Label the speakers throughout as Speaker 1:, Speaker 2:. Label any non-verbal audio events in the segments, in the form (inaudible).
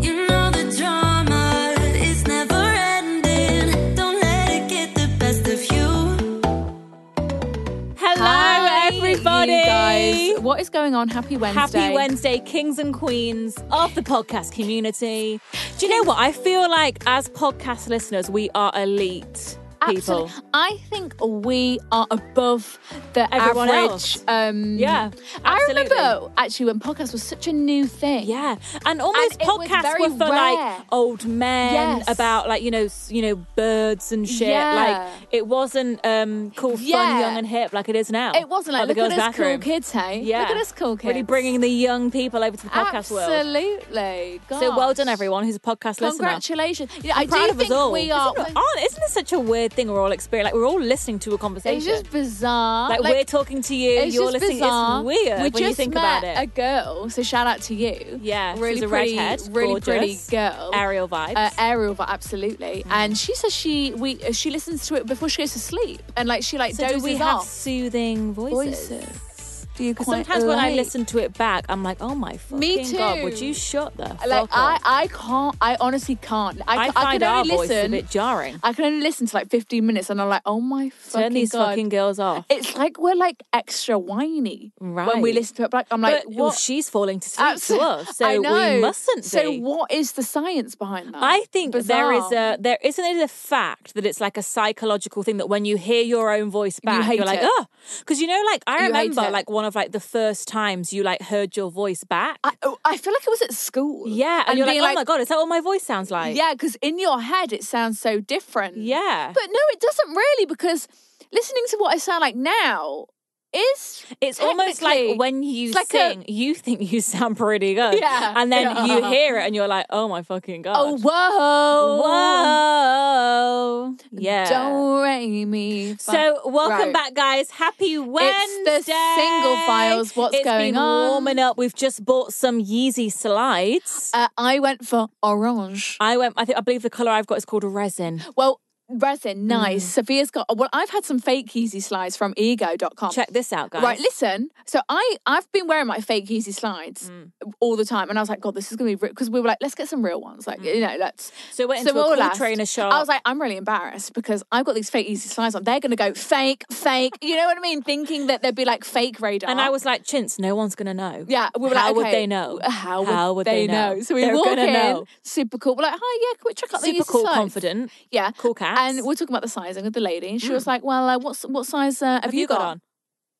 Speaker 1: You know the drama is never ending. Don't let it get the best of you.
Speaker 2: Hello,
Speaker 3: Hi,
Speaker 2: everybody.
Speaker 3: you guys. What is going on? Happy Wednesday.
Speaker 2: Happy Wednesday, kings and queens of the podcast community. Do you know what? I feel like as podcast listeners, we are elite people.
Speaker 3: Absolutely. I think we are above the
Speaker 2: Everyone
Speaker 3: average.
Speaker 2: else.
Speaker 3: Um,
Speaker 2: Yeah, absolutely.
Speaker 3: I remember actually when podcasts was such a new thing.
Speaker 2: Yeah, and almost
Speaker 3: And it was
Speaker 2: podcasts
Speaker 3: very
Speaker 2: were for like
Speaker 3: rare.
Speaker 2: old men
Speaker 3: Yes.
Speaker 2: about like you know s- you know birds and shit.
Speaker 3: Yeah.
Speaker 2: Like it wasn't um cool, fun,
Speaker 3: Yeah.
Speaker 2: young and hip like it is now.
Speaker 3: It wasn't like,
Speaker 2: the
Speaker 3: look at
Speaker 2: girls'
Speaker 3: us cool
Speaker 2: bathroom.
Speaker 3: kids, hey?
Speaker 2: Yeah,
Speaker 3: Look at us cool kids.
Speaker 2: Really bringing the young people over to the podcast world.
Speaker 3: Absolutely.
Speaker 2: So well
Speaker 3: Gosh.
Speaker 2: done, everyone who's a podcast listener.
Speaker 3: Congratulations. Yeah,
Speaker 2: I'm
Speaker 3: I
Speaker 2: proud
Speaker 3: do
Speaker 2: of us
Speaker 3: think
Speaker 2: all.
Speaker 3: we are.
Speaker 2: Isn't it, aren't- isn't it such a weird thing we're all experiencing? Like we're all listening to a
Speaker 3: It's
Speaker 2: conversation.
Speaker 3: just bizarre.
Speaker 2: like, we're talking to you,
Speaker 3: It's
Speaker 2: you're
Speaker 3: just
Speaker 2: listening.
Speaker 3: bizarre.
Speaker 2: It's weird
Speaker 3: we
Speaker 2: when
Speaker 3: just
Speaker 2: you think
Speaker 3: met
Speaker 2: about it.
Speaker 3: A girl, so shout out to you.
Speaker 2: Yeah,
Speaker 3: really
Speaker 2: she's a
Speaker 3: pretty,
Speaker 2: redhead,
Speaker 3: really pretty
Speaker 2: gorgeous.
Speaker 3: girl.
Speaker 2: Ariel vibes. Mm.
Speaker 3: Uh, Ariel, vi- absolutely. And she says she we uh, she listens to it before she goes to sleep, and like she like
Speaker 2: so do
Speaker 3: dozes
Speaker 2: we have
Speaker 3: off.
Speaker 2: soothing voices?
Speaker 3: Do you
Speaker 2: 'Cause
Speaker 3: quite
Speaker 2: sometimes when I
Speaker 3: like-
Speaker 2: listen to it back, I'm like, oh my fucking
Speaker 3: Me
Speaker 2: god,
Speaker 3: too.
Speaker 2: would you shut the fuck
Speaker 3: like
Speaker 2: up?
Speaker 3: I I can't I honestly can't. I,
Speaker 2: I
Speaker 3: ca- I
Speaker 2: find
Speaker 3: can only
Speaker 2: our voice
Speaker 3: listen.
Speaker 2: a bit jarring.
Speaker 3: I can only listen to like 15 minutes, and I'm like, oh my fucking
Speaker 2: Turn these
Speaker 3: god.
Speaker 2: fucking girls off.
Speaker 3: It's like we're like extra whiny when we
Speaker 2: Right.
Speaker 3: listen to it back. I'm like,
Speaker 2: but,
Speaker 3: what?
Speaker 2: well, she's falling to sleep
Speaker 3: Absol-
Speaker 2: to us, so
Speaker 3: (laughs) I know.
Speaker 2: we mustn't.
Speaker 3: So
Speaker 2: be.
Speaker 3: what is the science behind that?
Speaker 2: I think there is
Speaker 3: Bizarre.
Speaker 2: a there isn't it a fact that it's like a psychological thing that when you hear your own voice back,
Speaker 3: hate
Speaker 2: are like,
Speaker 3: it.
Speaker 2: oh, because you know, like I
Speaker 3: You hate
Speaker 2: remember
Speaker 3: it.
Speaker 2: like one of like the first times you like heard your voice back.
Speaker 3: I, oh, I feel like it was at school.
Speaker 2: yeah, and, you're like,
Speaker 3: being
Speaker 2: oh my god, is that what my voice sounds like?
Speaker 3: Yeah, because in your head it sounds so different.
Speaker 2: yeah.
Speaker 3: But no, it doesn't really because listening to what I sound like now is
Speaker 2: It's almost
Speaker 3: technically-
Speaker 2: like when you
Speaker 3: it's like a-
Speaker 2: sing, you think you (laughs) sound pretty good.
Speaker 3: Yeah.
Speaker 2: And then
Speaker 3: Yeah. (laughs)
Speaker 2: you hear it and you're like, oh my fucking God.
Speaker 3: oh whoa
Speaker 2: Whoa. Yeah.
Speaker 3: don't rate me.
Speaker 2: So welcome
Speaker 3: Right.
Speaker 2: back, guys! Happy Wednesday!
Speaker 3: the single files. What's
Speaker 2: It's
Speaker 3: going
Speaker 2: been
Speaker 3: on?
Speaker 2: Warming up. We've just bought some Yeezy slides.
Speaker 3: Uh, I went for orange.
Speaker 2: I went. I think I believe the color I've got is called resin.
Speaker 3: Well, resin, nice.
Speaker 2: mm.
Speaker 3: Sophia's got. Well, I've had some fake Yeezy slides from ego.com.
Speaker 2: Check this out, guys.
Speaker 3: Right, listen. So I I've been wearing my fake Yeezy slides
Speaker 2: Mm.
Speaker 3: all the time, and I was like, God, this is gonna be because we were like, let's get some real ones, like you know, let's.
Speaker 2: So Mm. we went into a
Speaker 3: we'll
Speaker 2: cool
Speaker 3: last.
Speaker 2: trainer shop.
Speaker 3: I was like, I'm really embarrassed because I've got these fake Yeezy slides on. They're gonna go fake, fake. You know what I mean? Thinking that there'd be like fake radar.
Speaker 2: and I was like, chintz, no one's gonna know.
Speaker 3: Yeah, we were
Speaker 2: How
Speaker 3: like,
Speaker 2: would
Speaker 3: okay,
Speaker 2: they know?
Speaker 3: How would,
Speaker 2: How would
Speaker 3: they,
Speaker 2: they
Speaker 3: know?
Speaker 2: know?
Speaker 3: So we
Speaker 2: They're
Speaker 3: walk in,
Speaker 2: gonna know.
Speaker 3: super cool. We're like, hi, yeah, can we check out the
Speaker 2: Super
Speaker 3: Yeezy
Speaker 2: cool,
Speaker 3: slides?
Speaker 2: confident.
Speaker 3: Yeah,
Speaker 2: Cool cats. Mm.
Speaker 3: And we're talking about the sizing of the lady, and she was like, well, uh, what's what size uh, have,
Speaker 2: Have you got on?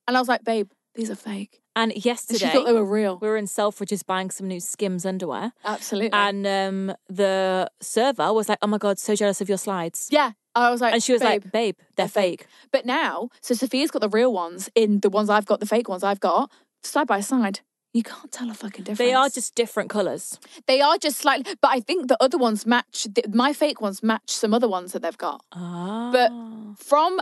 Speaker 3: And I was like, babe, these are fake.
Speaker 2: And
Speaker 3: And
Speaker 2: yesterday,
Speaker 3: she thought they were real.
Speaker 2: we were in Selfridges buying some new Skims underwear,
Speaker 3: Absolutely.
Speaker 2: and um, the server was like, "Oh my god, so jealous of your slides."
Speaker 3: yeah, I was like,
Speaker 2: And she was
Speaker 3: babe,
Speaker 2: like, "Babe, they're, fake."
Speaker 3: But now, so Sophia's got the real ones in the ones I've got, the fake ones I've got, side by side. You can't tell a fucking difference.
Speaker 2: They are just different colours.
Speaker 3: they are just slightly. But I think the other ones match. The, my fake ones match some other ones that they've got.
Speaker 2: Ah.
Speaker 3: But from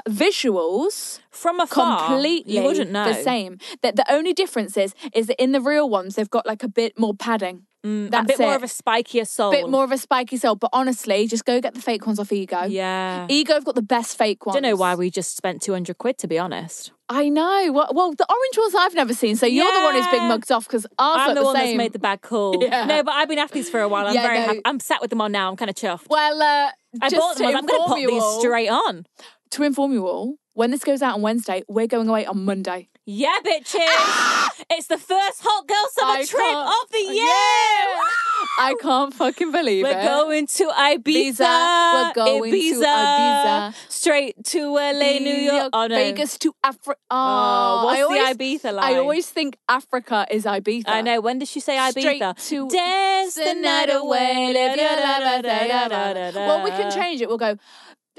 Speaker 3: visuals,
Speaker 2: from afar,
Speaker 3: completely
Speaker 2: you wouldn't know.
Speaker 3: the same. That the only difference is is that in the real ones they've got like a bit more padding.
Speaker 2: Mm,
Speaker 3: That's
Speaker 2: a bit more
Speaker 3: it.
Speaker 2: of a spikier soul.
Speaker 3: bit more of a spiky sole. But honestly, just go get the fake ones off Ego.
Speaker 2: Yeah.
Speaker 3: Ego have got the best fake ones.
Speaker 2: Don't know why we just spent two hundred quid. To be honest,
Speaker 3: I know. Well, well, the orange ones I've never seen. So you're the one who's being
Speaker 2: Yeah.
Speaker 3: mugged off because ours
Speaker 2: I'm
Speaker 3: look
Speaker 2: the, one
Speaker 3: same.
Speaker 2: that's made the bag cool.
Speaker 3: (laughs) Yeah.
Speaker 2: No, but I've been after these for a while. I'm
Speaker 3: Yeah,
Speaker 2: very
Speaker 3: no.
Speaker 2: happy. I'm sat with them on now. I'm kind of chuffed.
Speaker 3: Well, uh,
Speaker 2: I
Speaker 3: just
Speaker 2: bought
Speaker 3: to
Speaker 2: them. I'm going to
Speaker 3: inform
Speaker 2: pop
Speaker 3: you
Speaker 2: these
Speaker 3: all-
Speaker 2: straight on.
Speaker 3: To inform you all, when this goes out on Wednesday, we're going away on Monday. (laughs)
Speaker 2: Yeah, bitches. it's the
Speaker 3: I
Speaker 2: trip
Speaker 3: can't-
Speaker 2: of the year.
Speaker 3: Yeah.
Speaker 2: Woo!
Speaker 3: I can't fucking believe
Speaker 2: We're
Speaker 3: it.
Speaker 2: going to Ibiza.
Speaker 3: Ibiza. We're going to Ibiza.
Speaker 2: Straight to LA, New York. Oh, no.
Speaker 3: Vegas to Africa. Oh,
Speaker 2: Oh, what's
Speaker 3: I always,
Speaker 2: the Ibiza like?
Speaker 3: I always think Africa is Ibiza.
Speaker 2: I know. When did she say Ibiza?
Speaker 3: Straight to
Speaker 2: Dance
Speaker 3: the night away. live your life, da, da, da, da, da. Well, we can change it. We'll go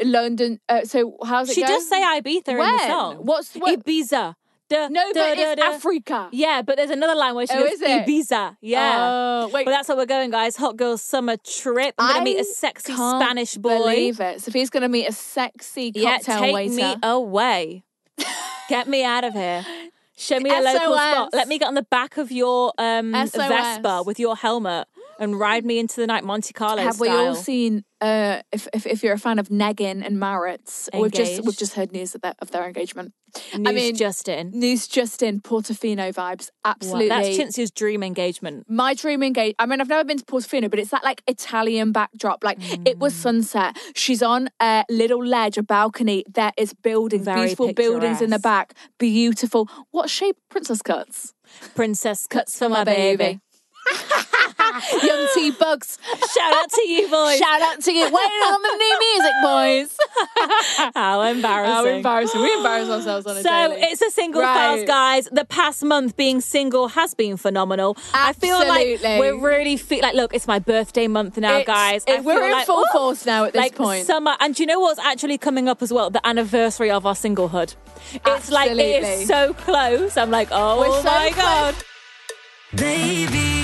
Speaker 3: London. Uh, so how's it
Speaker 2: She
Speaker 3: go?
Speaker 2: does say Ibiza in the
Speaker 3: When?
Speaker 2: song.
Speaker 3: What's- what-
Speaker 2: Ibiza? Da,
Speaker 3: No,
Speaker 2: da,
Speaker 3: but
Speaker 2: da,
Speaker 3: it's
Speaker 2: da.
Speaker 3: Africa.
Speaker 2: Yeah, but there's another line where she
Speaker 3: Oh,
Speaker 2: goes
Speaker 3: is it?
Speaker 2: Ibiza. Yeah.
Speaker 3: Oh, wait.
Speaker 2: But that's where we're going, guys. Hot girl summer trip. I'm gonna meet a sexy
Speaker 3: can't
Speaker 2: Spanish boy.
Speaker 3: Believe it. Sophia's gonna meet a sexy
Speaker 2: yeah,
Speaker 3: cocktail
Speaker 2: take
Speaker 3: waiter.
Speaker 2: me away. get me out of here. Show me a local
Speaker 3: SOS.
Speaker 2: spot. Let me get on the back of your um,
Speaker 3: SOS.
Speaker 2: Vespa with your helmet and ride me into the night Monte Carlo
Speaker 3: Have we
Speaker 2: style.
Speaker 3: all seen? Uh, if, if if you're a fan of Negan and Maritz, we've just we've
Speaker 2: Engaged.
Speaker 3: just heard news of their, of their engagement.
Speaker 2: News
Speaker 3: I mean,
Speaker 2: just in.
Speaker 3: news just in Portofino vibes.
Speaker 2: Wow,
Speaker 3: Absolutely,
Speaker 2: That's Chinzia's dream engagement.
Speaker 3: My dream engage. I mean, I've never been to Portofino, but it's that like Italian backdrop. Like it was sunset. She's on a little ledge, a balcony. There is buildings,
Speaker 2: Very
Speaker 3: beautiful buildings in the
Speaker 2: picturesque.
Speaker 3: back. Beautiful. What shape? Princess cuts.
Speaker 2: Princess cuts for my
Speaker 3: (laughs)
Speaker 2: baby.
Speaker 3: Young T Bugs.
Speaker 2: Shout out to you, boys.
Speaker 3: (laughs) Shout out to you. Waiting on the new music, boys.
Speaker 2: How embarrassing.
Speaker 3: (laughs) How embarrassing. We embarrass ourselves on a
Speaker 2: So
Speaker 3: daily.
Speaker 2: it's a single
Speaker 3: Right.
Speaker 2: files, guys. The past month being single has been phenomenal. I feel
Speaker 3: Absolutely.
Speaker 2: like we're really fe- like, look, it's my birthday month now,
Speaker 3: It's-
Speaker 2: guys. I
Speaker 3: it- we're
Speaker 2: feel
Speaker 3: in
Speaker 2: like,
Speaker 3: full
Speaker 2: ooh,
Speaker 3: force now at this
Speaker 2: like
Speaker 3: point.
Speaker 2: Summer, and do you know what's actually coming up as well? The anniversary of our singlehood. It's like it
Speaker 3: Absolutely.
Speaker 2: is so close. I'm like, oh
Speaker 3: We're so
Speaker 2: my
Speaker 3: close.
Speaker 2: god.
Speaker 1: Baby,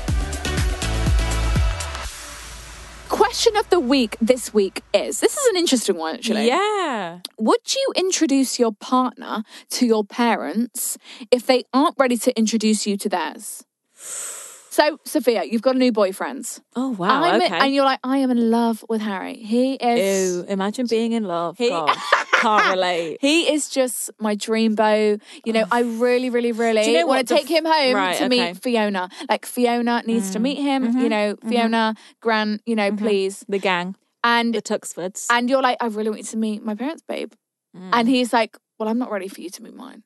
Speaker 3: Question of the week this week is this is an interesting one, actually.
Speaker 2: Yeah.
Speaker 3: Would you introduce your partner to your parents if they aren't ready to introduce you to theirs? So, Sophia, you've got a new boyfriend.
Speaker 2: Oh wow.
Speaker 3: I'm in-
Speaker 2: okay.
Speaker 3: and you're like, I am in love with Harry. He is.
Speaker 2: Ew, imagine being in love. God, can't relate.
Speaker 3: He is just my dream beau. You
Speaker 2: (sighs)
Speaker 3: know, I really, really, really
Speaker 2: Do you know
Speaker 3: want
Speaker 2: what
Speaker 3: to
Speaker 2: the
Speaker 3: take him
Speaker 2: f-
Speaker 3: home
Speaker 2: Right,
Speaker 3: to
Speaker 2: okay. Mm, mm-hmm,
Speaker 3: meet Fiona. Like Fiona needs to meet him. You know, Fiona, Grant. You know, please.
Speaker 2: The gang,
Speaker 3: And
Speaker 2: the Tuxfords.
Speaker 3: and you're like, I really want you to meet my parents, babe. And he's like, Well, I'm not ready for you to meet mine.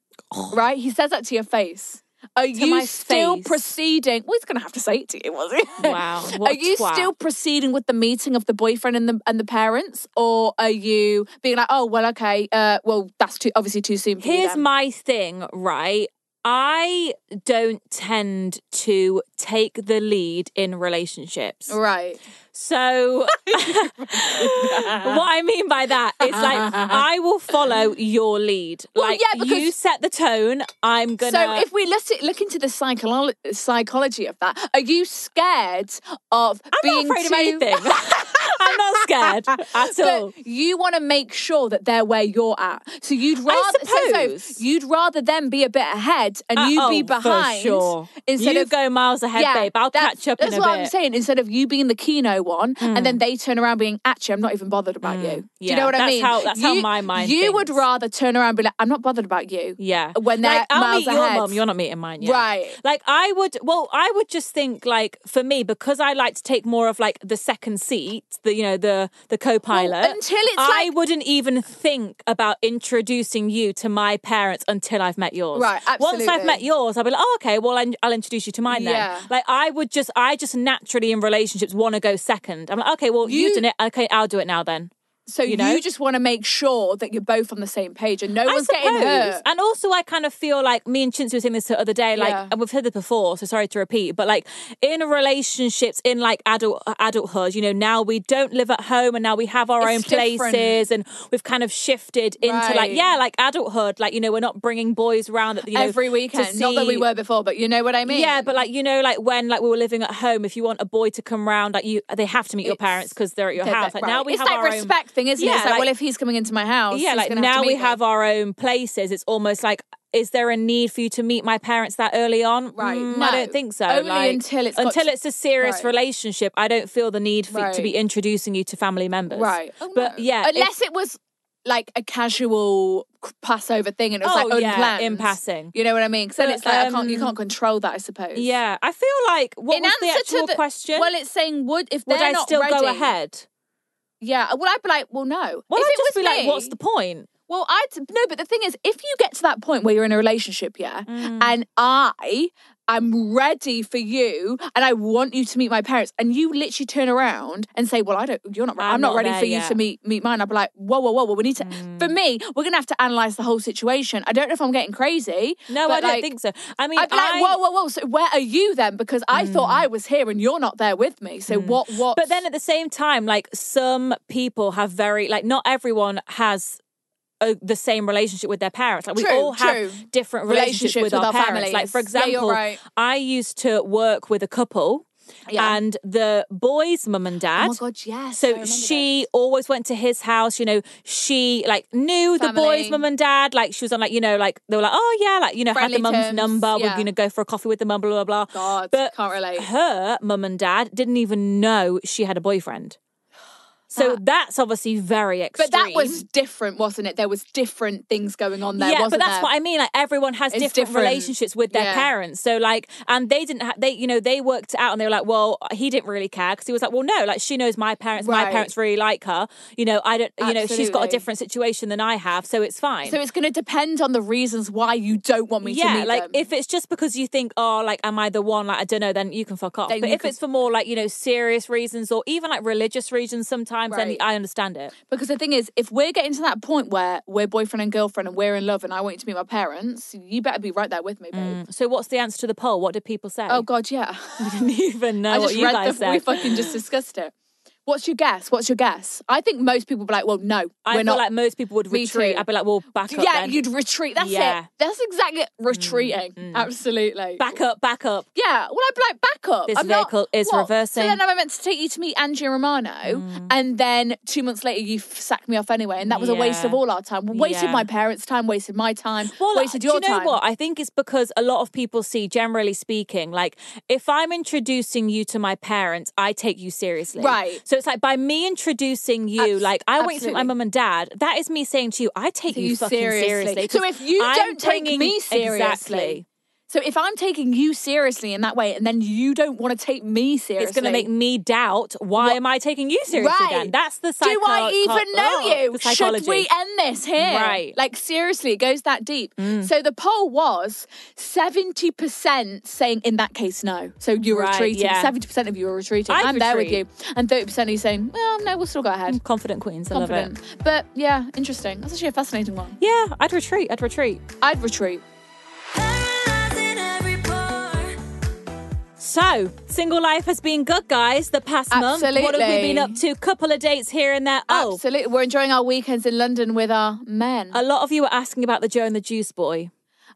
Speaker 3: Right? He says that to your face. Are you
Speaker 2: my
Speaker 3: still
Speaker 2: face.
Speaker 3: proceeding? Well, he's gonna have to say it to you, was he? (laughs)
Speaker 2: Wow, what
Speaker 3: are
Speaker 2: a
Speaker 3: you
Speaker 2: twat.
Speaker 3: still proceeding with the meeting of the boyfriend and the and the parents, or are you being like, oh well, okay, uh, well that's too obviously too soon. For you
Speaker 2: Here's
Speaker 3: then."
Speaker 2: my thing, right? I don't tend to take the lead in relationships.
Speaker 3: right.
Speaker 2: So, (laughs) what I mean by that is like, I will follow your lead.
Speaker 3: Well,
Speaker 2: like,
Speaker 3: yeah, because-
Speaker 2: you set the tone, I'm gonna.
Speaker 3: So if we let's look into the psycholo- psychology of that, are you scared of
Speaker 2: I'm
Speaker 3: being
Speaker 2: not afraid of
Speaker 3: too- (laughs)
Speaker 2: anything. I'm not scared at all.
Speaker 3: But you want to make sure that they're where you're at. So you'd rather so- so
Speaker 2: suppose.
Speaker 3: you'd rather them be a bit ahead and you
Speaker 2: Uh,
Speaker 3: be
Speaker 2: (laughs) oh, for
Speaker 3: behind.
Speaker 2: sure.
Speaker 3: Instead
Speaker 2: You
Speaker 3: of
Speaker 2: go miles ahead, babe. I'll
Speaker 3: that's-
Speaker 2: catch up in
Speaker 3: That's
Speaker 2: a
Speaker 3: what I'm
Speaker 2: bit. Hmm.
Speaker 3: saying. Instead of you being the keno one, and then they turn around being, actually, I'm not even bothered about you. Do you
Speaker 2: Mm, yeah.
Speaker 3: know what I
Speaker 2: That's
Speaker 3: mean?
Speaker 2: how- that's how
Speaker 3: You-
Speaker 2: my mind
Speaker 3: You would
Speaker 2: thinks.
Speaker 3: rather turn around and be like, I'm not bothered about you.
Speaker 2: Yeah.
Speaker 3: When they're
Speaker 2: like, I'll
Speaker 3: miles
Speaker 2: meet
Speaker 3: ahead.
Speaker 2: your mum, you're not meeting mine yet.
Speaker 3: Right.
Speaker 2: Like I would well, I would just think like for me, because I like to take more of like the second seat, the you know, the the co pilot.
Speaker 3: Well, until it's
Speaker 2: I
Speaker 3: like-
Speaker 2: wouldn't even think about introducing you to my parents until I've met yours.
Speaker 3: Right,
Speaker 2: Once I've
Speaker 3: absolutely.
Speaker 2: met yours, I'll be like, oh, okay, well I'll, I'll introduce you to mine
Speaker 3: Yeah.
Speaker 2: then. Like I would just I just naturally in relationships want to go second. I'm like, okay, well you,
Speaker 3: You-
Speaker 2: have done it, okay, I'll do it now then.
Speaker 3: So you,
Speaker 2: You know?
Speaker 3: just want to make sure that you're both on the same page and no one's getting hurt.
Speaker 2: And also, I kind of feel like me and Chintzy were saying this the other day, like,
Speaker 3: Yeah.
Speaker 2: and we've heard this before, so sorry to repeat, but like in relationships, in like adult uh, adulthood, you know, now we don't live at home and now we have our
Speaker 3: It's
Speaker 2: own
Speaker 3: different.
Speaker 2: places and we've kind of shifted into
Speaker 3: Right.
Speaker 2: like, yeah, like adulthood, like, you know, we're not bringing boys around that, you know,
Speaker 3: Every
Speaker 2: to
Speaker 3: weekend. Not that we
Speaker 2: see-
Speaker 3: were before, but you know what I mean?
Speaker 2: Yeah, but like you know, like when like we were living at home, if you want a boy to come round, like you, they have to meet your
Speaker 3: It's-
Speaker 2: parents because they're at your
Speaker 3: They're
Speaker 2: house.
Speaker 3: that-
Speaker 2: Like now
Speaker 3: right.
Speaker 2: we
Speaker 3: it's
Speaker 2: have
Speaker 3: that
Speaker 2: our own-
Speaker 3: respect thing, isn't it?
Speaker 2: Yeah,
Speaker 3: It's like,
Speaker 2: like-
Speaker 3: well, if he's coming into my house,
Speaker 2: yeah
Speaker 3: he's
Speaker 2: like
Speaker 3: gonna have
Speaker 2: now
Speaker 3: to
Speaker 2: we
Speaker 3: meet me.
Speaker 2: have our own places it's almost like is there a need for you to meet my parents that early on?
Speaker 3: Right,
Speaker 2: Mm,
Speaker 3: no.
Speaker 2: I don't think so.
Speaker 3: Only
Speaker 2: Like,
Speaker 3: until it's got
Speaker 2: until
Speaker 3: to-
Speaker 2: it's a serious
Speaker 3: Right.
Speaker 2: relationship, I don't feel the need for to
Speaker 3: Right.
Speaker 2: be introducing you to family members.
Speaker 3: Right. Oh,
Speaker 2: but yeah, if-
Speaker 3: Unless it was like a casual c- Passover thing and it was
Speaker 2: Oh,
Speaker 3: like
Speaker 2: yeah,
Speaker 3: unplanned.
Speaker 2: in passing.
Speaker 3: You know what I mean? Because then
Speaker 2: But,
Speaker 3: it's like, I can't, you
Speaker 2: um,
Speaker 3: can't control that, I suppose.
Speaker 2: yeah, I feel like what
Speaker 3: in
Speaker 2: was the
Speaker 3: answer
Speaker 2: actual
Speaker 3: to the
Speaker 2: question?
Speaker 3: Well, it's saying, would, if
Speaker 2: would
Speaker 3: they're
Speaker 2: I
Speaker 3: not
Speaker 2: still
Speaker 3: ready,
Speaker 2: go ahead?
Speaker 3: Yeah. Well, I'd be like, well, no.
Speaker 2: Well,
Speaker 3: if
Speaker 2: I'd
Speaker 3: it
Speaker 2: just be
Speaker 3: was
Speaker 2: like,
Speaker 3: me-
Speaker 2: what's the point?
Speaker 3: Well, I no, but the thing is, if you get to that point where you're in a relationship, yeah,
Speaker 2: Mm.
Speaker 3: and I am ready for you, and I want you to meet my parents, and you literally turn around and say, "Well, I don't, you're not, I'm,
Speaker 2: I'm
Speaker 3: not,
Speaker 2: not
Speaker 3: ready
Speaker 2: there
Speaker 3: for you to
Speaker 2: yet. Mm.
Speaker 3: meet meet mine," I'd be like, "Whoa, whoa, whoa, whoa, we need to." For me, we're gonna have to analyze the whole situation. I don't know if I'm getting crazy.
Speaker 2: No,
Speaker 3: but
Speaker 2: I don't
Speaker 3: like,
Speaker 2: think so. I mean,
Speaker 3: I'd be
Speaker 2: I- Mm.
Speaker 3: like, whoa, whoa, whoa. So where are you then? Because I thought I was here and you're not there with me. So what? What?
Speaker 2: But then at the same time, like some people have very like not everyone has a, the same relationship with their parents. Like we
Speaker 3: True,
Speaker 2: all have
Speaker 3: true.
Speaker 2: different relationships,
Speaker 3: Relationships
Speaker 2: with, our,
Speaker 3: with our
Speaker 2: parents. Like for
Speaker 3: families. Yeah,
Speaker 2: example,
Speaker 3: you're right.
Speaker 2: I used to work with a couple.
Speaker 3: Yeah. Oh
Speaker 2: And the boy's mum and dad.
Speaker 3: my God, yes, I
Speaker 2: So
Speaker 3: remember
Speaker 2: she always went to his house. You know, she like knew the boy's
Speaker 3: Family.
Speaker 2: mum and dad. Like she was on like you know like they were like oh yeah like you know had
Speaker 3: Friendly
Speaker 2: the mum's
Speaker 3: terms,
Speaker 2: number. We're
Speaker 3: yeah.
Speaker 2: gonna go for a coffee with the mum. Blah blah blah.
Speaker 3: God,
Speaker 2: but
Speaker 3: can't relate.
Speaker 2: her mum and dad didn't even know she had a boyfriend. So that's obviously very extreme.
Speaker 3: But that was different, wasn't it? There was different things going on there.
Speaker 2: yeah,
Speaker 3: wasn't
Speaker 2: but that's
Speaker 3: there?
Speaker 2: what I mean. Like everyone has
Speaker 3: It's
Speaker 2: different,
Speaker 3: different.
Speaker 2: relationships with their
Speaker 3: Yeah.
Speaker 2: parents. So like, and they didn't. Ha- they you know they worked it out and they were like, well, he didn't really care because he was like, well, no, like she knows my parents. My
Speaker 3: Right.
Speaker 2: parents really like her. You know, I don't. You know, she's got a
Speaker 3: Absolutely.
Speaker 2: different situation than I have, so it's fine.
Speaker 3: So it's going to depend on the reasons why you don't want me
Speaker 2: yeah,
Speaker 3: to meet
Speaker 2: like
Speaker 3: them.
Speaker 2: if it's just because you think, oh, like am I the one? Like I don't know, then you can fuck off.
Speaker 3: Then
Speaker 2: but
Speaker 3: you
Speaker 2: if
Speaker 3: can-
Speaker 2: it's for more like you know serious reasons or even like religious reasons, sometimes then
Speaker 3: Right.
Speaker 2: I understand it.
Speaker 3: because the thing is, if we're getting to that point where we're boyfriend and girlfriend and we're in love and I want you to meet my parents, you better be right there with me, babe.
Speaker 2: So what's the answer to the poll? What did people say?
Speaker 3: Oh God, (laughs) yeah.
Speaker 2: (laughs) I didn't even know
Speaker 3: I
Speaker 2: what
Speaker 3: just
Speaker 2: you
Speaker 3: read
Speaker 2: guys
Speaker 3: the.
Speaker 2: said.
Speaker 3: We fucking just discussed it. What's your guess? What's your guess? I think most people be like, well, no,
Speaker 2: I
Speaker 3: we're
Speaker 2: feel
Speaker 3: not.
Speaker 2: like most people would
Speaker 3: Me
Speaker 2: retreat.
Speaker 3: too.
Speaker 2: I'd be like, well, back up.
Speaker 3: yeah,
Speaker 2: then.
Speaker 3: you'd retreat. That's
Speaker 2: Yeah.
Speaker 3: it. That's exactly it. retreating. Absolutely.
Speaker 2: back up, back up.
Speaker 3: Yeah, well, I'd be like, back up.
Speaker 2: This
Speaker 3: I'm
Speaker 2: vehicle
Speaker 3: not,
Speaker 2: is
Speaker 3: what?
Speaker 2: reversing. Mm.
Speaker 3: So then I meant to take you to meet Angie Romano, and then two months later you f- sacked me off anyway, and that was a waste
Speaker 2: Yeah.
Speaker 3: of all our time. Wasted
Speaker 2: Yeah.
Speaker 3: my parents' time, wasted my time,
Speaker 2: Well, uh,
Speaker 3: wasted
Speaker 2: do
Speaker 3: your
Speaker 2: you know
Speaker 3: time.
Speaker 2: what? I think it's because a lot of people see, generally speaking, like if I'm introducing you to my parents, I take you seriously.
Speaker 3: Right.
Speaker 2: So it's like by me introducing you,
Speaker 3: Abs-
Speaker 2: like I want you to meet my
Speaker 3: absolutely.
Speaker 2: mum and dad. That is me saying to you, I take
Speaker 3: So
Speaker 2: you,
Speaker 3: you
Speaker 2: fucking seriously.
Speaker 3: seriously. So
Speaker 2: 'cause
Speaker 3: if you
Speaker 2: I'm
Speaker 3: don't take
Speaker 2: bringing-
Speaker 3: me seriously,
Speaker 2: exactly,
Speaker 3: So if I'm taking you seriously in that way, and then you don't want to take me seriously,
Speaker 2: it's going to make me doubt why am I taking you seriously?
Speaker 3: Right.
Speaker 2: Then that's the
Speaker 3: Do
Speaker 2: psycho-
Speaker 3: I even know
Speaker 2: oh,
Speaker 3: you?
Speaker 2: the
Speaker 3: Should we
Speaker 2: psychology.
Speaker 3: end this here?
Speaker 2: Right. Mm.
Speaker 3: Like, seriously, it goes that deep. So the poll was 70% saying, in that case, no. So you're
Speaker 2: Right,
Speaker 3: retreating.
Speaker 2: yeah.
Speaker 3: 70% of you are retreating.
Speaker 2: I'd
Speaker 3: I'm there with you.
Speaker 2: retreat.
Speaker 3: And 30% of you saying, well, no, we'll still go ahead.
Speaker 2: Confident queens, I love
Speaker 3: Confident.
Speaker 2: it.
Speaker 3: But yeah, interesting. That's actually a fascinating one.
Speaker 2: Yeah, I'd retreat. I'd retreat.
Speaker 3: I'd retreat.
Speaker 1: Paralyzing every pore.
Speaker 2: So, single life has been good, guys, the past month. What have we
Speaker 3: Absolutely.
Speaker 2: been up to? Couple of dates here and there. Oh,
Speaker 3: Absolutely. We're enjoying our weekends in London with our men.
Speaker 2: a lot of you were asking about the Joe and the Juice Boy.